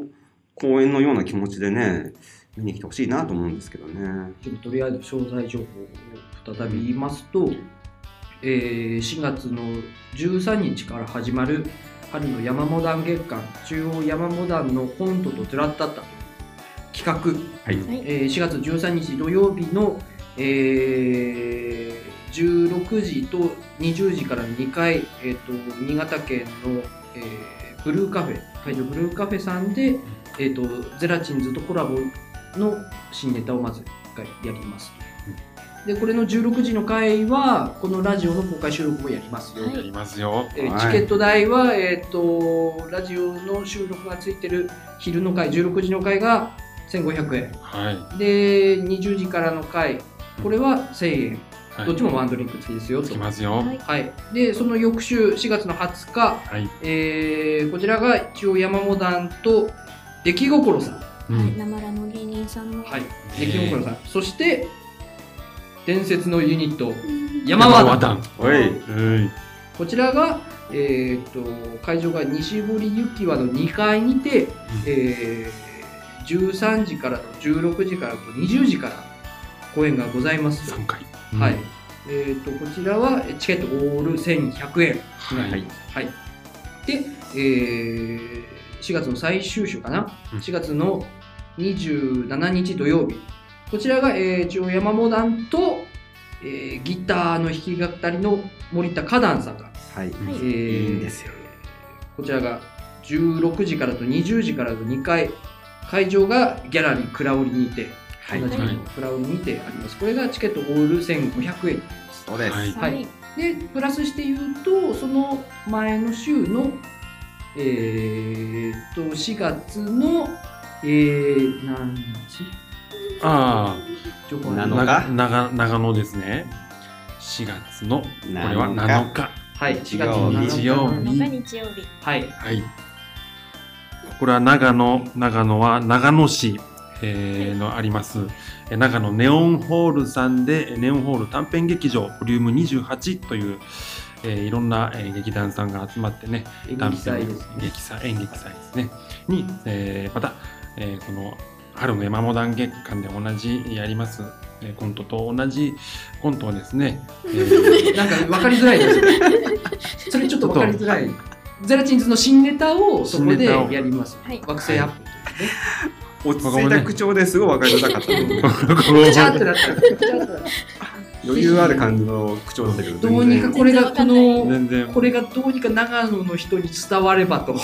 Speaker 3: 公演のような気持ちでね見に来てほしいなと思うんですけどね
Speaker 4: ちょっととりあえず詳細情報を再び言いますと、えー4月の13日から始まる春の山モダン月間中央山モダンのコントとずらったった企画、
Speaker 2: はい
Speaker 6: はい
Speaker 4: えー4月13日土曜日の、えー16時と20時から2回、えーと新潟県の、えーブルーカフェ会場ブルーカフェさんで、えー、とゼラチンズとコラボの新ネタをまず1回やりますでこれの16時の回はこのラジオの公開収録もやりますよ、
Speaker 6: はい
Speaker 2: やりますよ
Speaker 4: えー
Speaker 3: はい
Speaker 4: チケット代は、えー、とラジオの収録がついてる昼の回16時の回が1500円
Speaker 2: はい
Speaker 4: で20時からの回これは1000円、
Speaker 2: はい
Speaker 4: どっちもワンドリンク付きですよ
Speaker 2: つ
Speaker 4: と
Speaker 2: き、ますよ
Speaker 6: はい
Speaker 4: はい、でその翌週4月の20日、
Speaker 2: はい
Speaker 4: えーこちらが一応山モダンと出来心さん、
Speaker 2: う
Speaker 6: は
Speaker 2: ん
Speaker 6: い。生らの芸人さんの。
Speaker 4: はい、
Speaker 2: え
Speaker 4: 出来心さんそして伝説のユニット
Speaker 6: うん
Speaker 4: 山和
Speaker 2: 和
Speaker 4: 田
Speaker 2: 団
Speaker 3: おい
Speaker 2: はい
Speaker 4: こちらが、えー、と会場が西堀ゆきわの2階にて、えー13時からと16時からと20時から公演がございますと
Speaker 2: 3回
Speaker 4: はい。えっ、と、こちらはえチケットオール1100円。
Speaker 2: はいはい
Speaker 4: はい。で、えー4月の最終週かな。
Speaker 2: うん
Speaker 4: 4月の27日土曜日。こちらが、えー、一応山モダンと、えーギターの弾き語りの森田花壇さんが、
Speaker 3: は
Speaker 6: は
Speaker 3: い
Speaker 6: い
Speaker 4: え
Speaker 6: い
Speaker 4: ー
Speaker 3: いいんですよ
Speaker 4: こちらが16時からと20時からの2回、会場がギャラリー倉織にて、
Speaker 3: はい
Speaker 4: 同じく
Speaker 2: はい
Speaker 4: 倉織にてあります。これがチケットオール1500円。
Speaker 3: そうです、
Speaker 2: はい
Speaker 4: は
Speaker 6: はいい。
Speaker 4: でプラスして言うとその前の週のえー、っと4月のえー、何日
Speaker 2: あ
Speaker 4: 情報
Speaker 2: あ
Speaker 3: な
Speaker 4: は
Speaker 3: の
Speaker 2: な
Speaker 3: か
Speaker 2: 長長野ですね4月のこれは
Speaker 3: なのか
Speaker 2: 7日
Speaker 4: はい4月の7
Speaker 2: 日曜
Speaker 6: 7
Speaker 2: 日
Speaker 6: 日日曜日。
Speaker 4: はい
Speaker 2: はいこれは長野長野は長野市えーのありますえー長野ネオンホールさんでえーネオンホール短編劇場ボリューム28という、えーいろんな、えー劇団さんが集まってね
Speaker 4: 演
Speaker 2: 短
Speaker 4: 劇祭
Speaker 2: 編
Speaker 4: ですね
Speaker 2: 劇祭演劇祭ですねに、えーまた、えーこの春の山モダン月間で同じやります、えーコントと同じコントをですね、え ー
Speaker 4: なんか分かりづらいですそれちょっと分かりづらいゼラチンズの新ネタをそこでやります
Speaker 6: 新ネタを
Speaker 4: 惑星アップ
Speaker 3: 落ち着いた口調ですごい分かりづらかったの に
Speaker 4: ガチャってなったガチャってなっ
Speaker 3: 余裕ある感じの口調だったけど
Speaker 4: たどうにかこれがこの
Speaker 2: 全然
Speaker 4: これがどうにか長野の人に伝わればと
Speaker 2: ね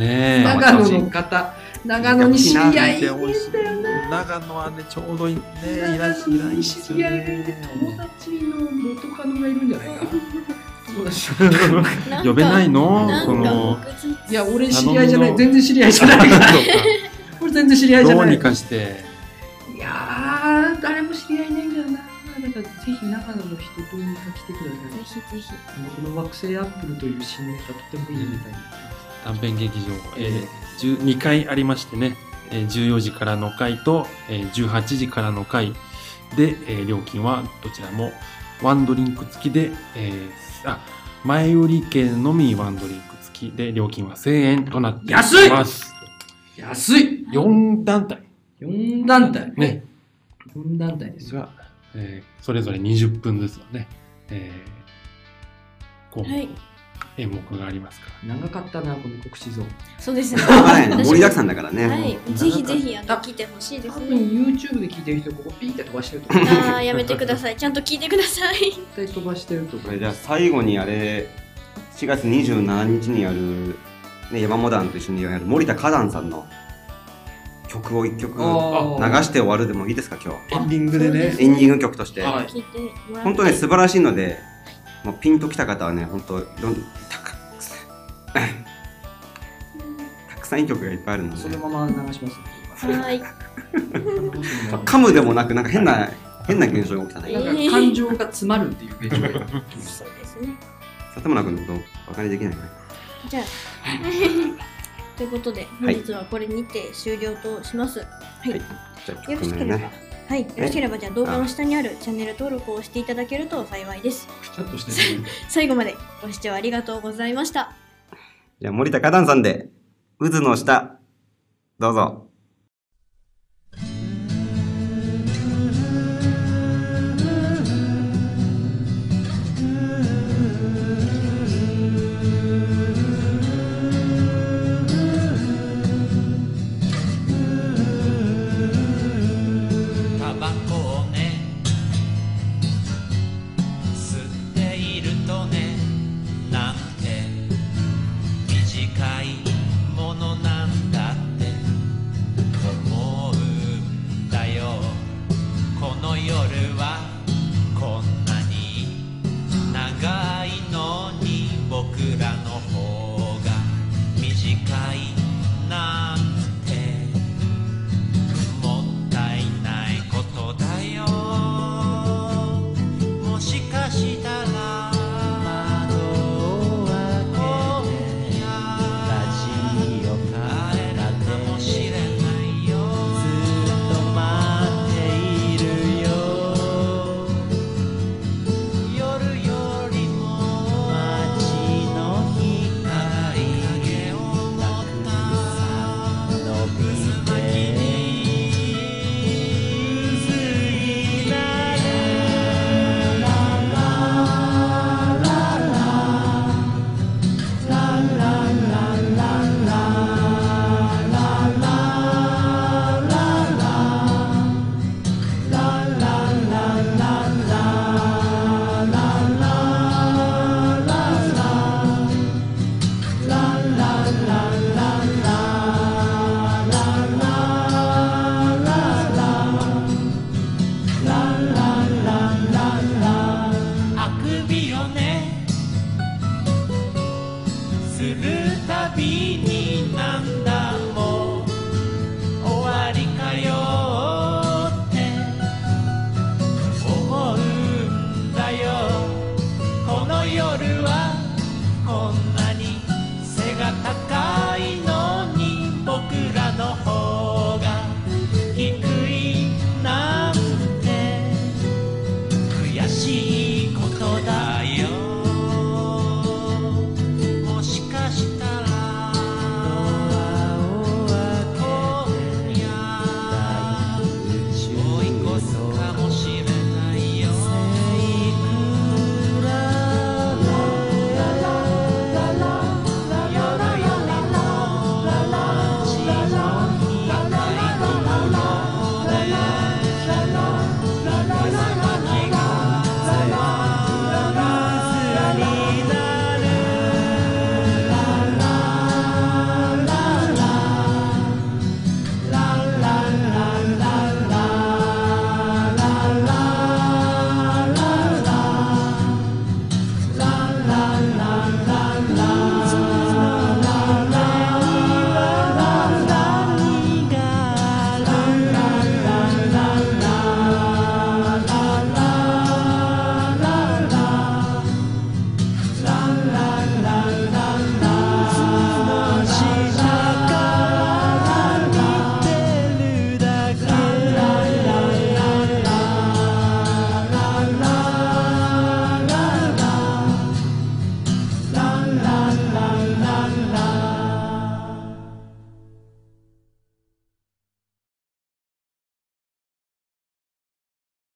Speaker 2: え
Speaker 4: 長野の方、長野に知り合いがいるんだよな。
Speaker 2: 長野はねちょうどいいねいらっしゃ
Speaker 4: 長野
Speaker 2: い
Speaker 4: に
Speaker 2: で
Speaker 4: 知
Speaker 2: す
Speaker 4: り
Speaker 2: よ
Speaker 4: 合いがいて、友
Speaker 2: ね
Speaker 4: 達の元カノがいるんじゃないかな。そうだし
Speaker 6: んか
Speaker 2: 呼べないの
Speaker 6: なん
Speaker 2: こ
Speaker 6: か
Speaker 2: の
Speaker 6: 複雑
Speaker 4: いや、俺知り合いじゃな
Speaker 2: 頼み
Speaker 4: い、
Speaker 2: の
Speaker 4: 全然知り合いじゃないから。俺全然知り合いじゃ
Speaker 2: どう
Speaker 4: ない。
Speaker 2: に
Speaker 4: い
Speaker 2: かして
Speaker 4: やー、誰も知り合いいないんだよな。だからぜひ長野の人どうにか来てくださ
Speaker 6: ぜひぜひ。
Speaker 4: い。この惑星アップルという新ネタとてもいいみたいな。
Speaker 2: 短編劇場、えー、12回ありましてね、えー、14時からの回と、えー、18時からの回で、えー料金はどちらもワンドリンク付きで、えーあ前売り券のみワンドリンク付き費で料金は1000円となっています。
Speaker 4: 安い
Speaker 2: 4団体
Speaker 4: !4 団体。
Speaker 2: ね。
Speaker 4: 4団体ですよ。
Speaker 2: が、えーそれぞれ20分ずつのね、えーこう
Speaker 6: はい
Speaker 2: 演目がありますから。
Speaker 4: 長かったな、この告知像。
Speaker 6: そうです ね。
Speaker 3: はい、盛りだくさんだからね。
Speaker 6: はい、ぜひぜひあの聞いてほしいで
Speaker 4: 多
Speaker 6: す
Speaker 4: 分
Speaker 6: ね。
Speaker 4: YouTube で聞いてる人、ここピーって飛ばしてると思う。
Speaker 6: ああやめてください。ちゃんと聞いてください。
Speaker 4: 絶対飛ばしてると思
Speaker 3: こ
Speaker 4: う
Speaker 3: れ。じゃあ最後にあれ、4月27日にやる、ね、山モダンと一緒にやる森田花壇さんの曲を一曲流
Speaker 4: あ
Speaker 3: して終わるでもいいですか、今
Speaker 2: エンディングでね、
Speaker 3: 日。エンディング曲として。
Speaker 4: はい
Speaker 6: 聞いてもらって。
Speaker 3: 本当ね、素晴らしいので、もうピンときた方はね、本当どんたくたくさんいい曲がいっぱいあるの
Speaker 4: ーそ
Speaker 3: で
Speaker 4: の、まま流します。
Speaker 6: はい。
Speaker 3: 噛むでもなく、なんか変な、変な現象が起きたね。
Speaker 4: なんか感情が詰まるっていう現 象が。
Speaker 6: そうですね。
Speaker 3: 里村君のこと、バカにできないか
Speaker 6: じゃあということで本
Speaker 3: はい
Speaker 6: 日はこれにて終了とします。はい。
Speaker 3: はい
Speaker 6: よ
Speaker 3: じゃあ、
Speaker 6: ろ
Speaker 3: 曲
Speaker 6: しけ
Speaker 3: 名
Speaker 6: れば
Speaker 3: ね。。
Speaker 6: はい、よろしければじゃあ動画の下にあるチャンネル登録をしていただけると幸いです。
Speaker 4: ちょっとしてる。
Speaker 6: 最後までご視聴ありがとうございました。
Speaker 3: じゃあ、森田花壇さんで、渦の下、どうぞ。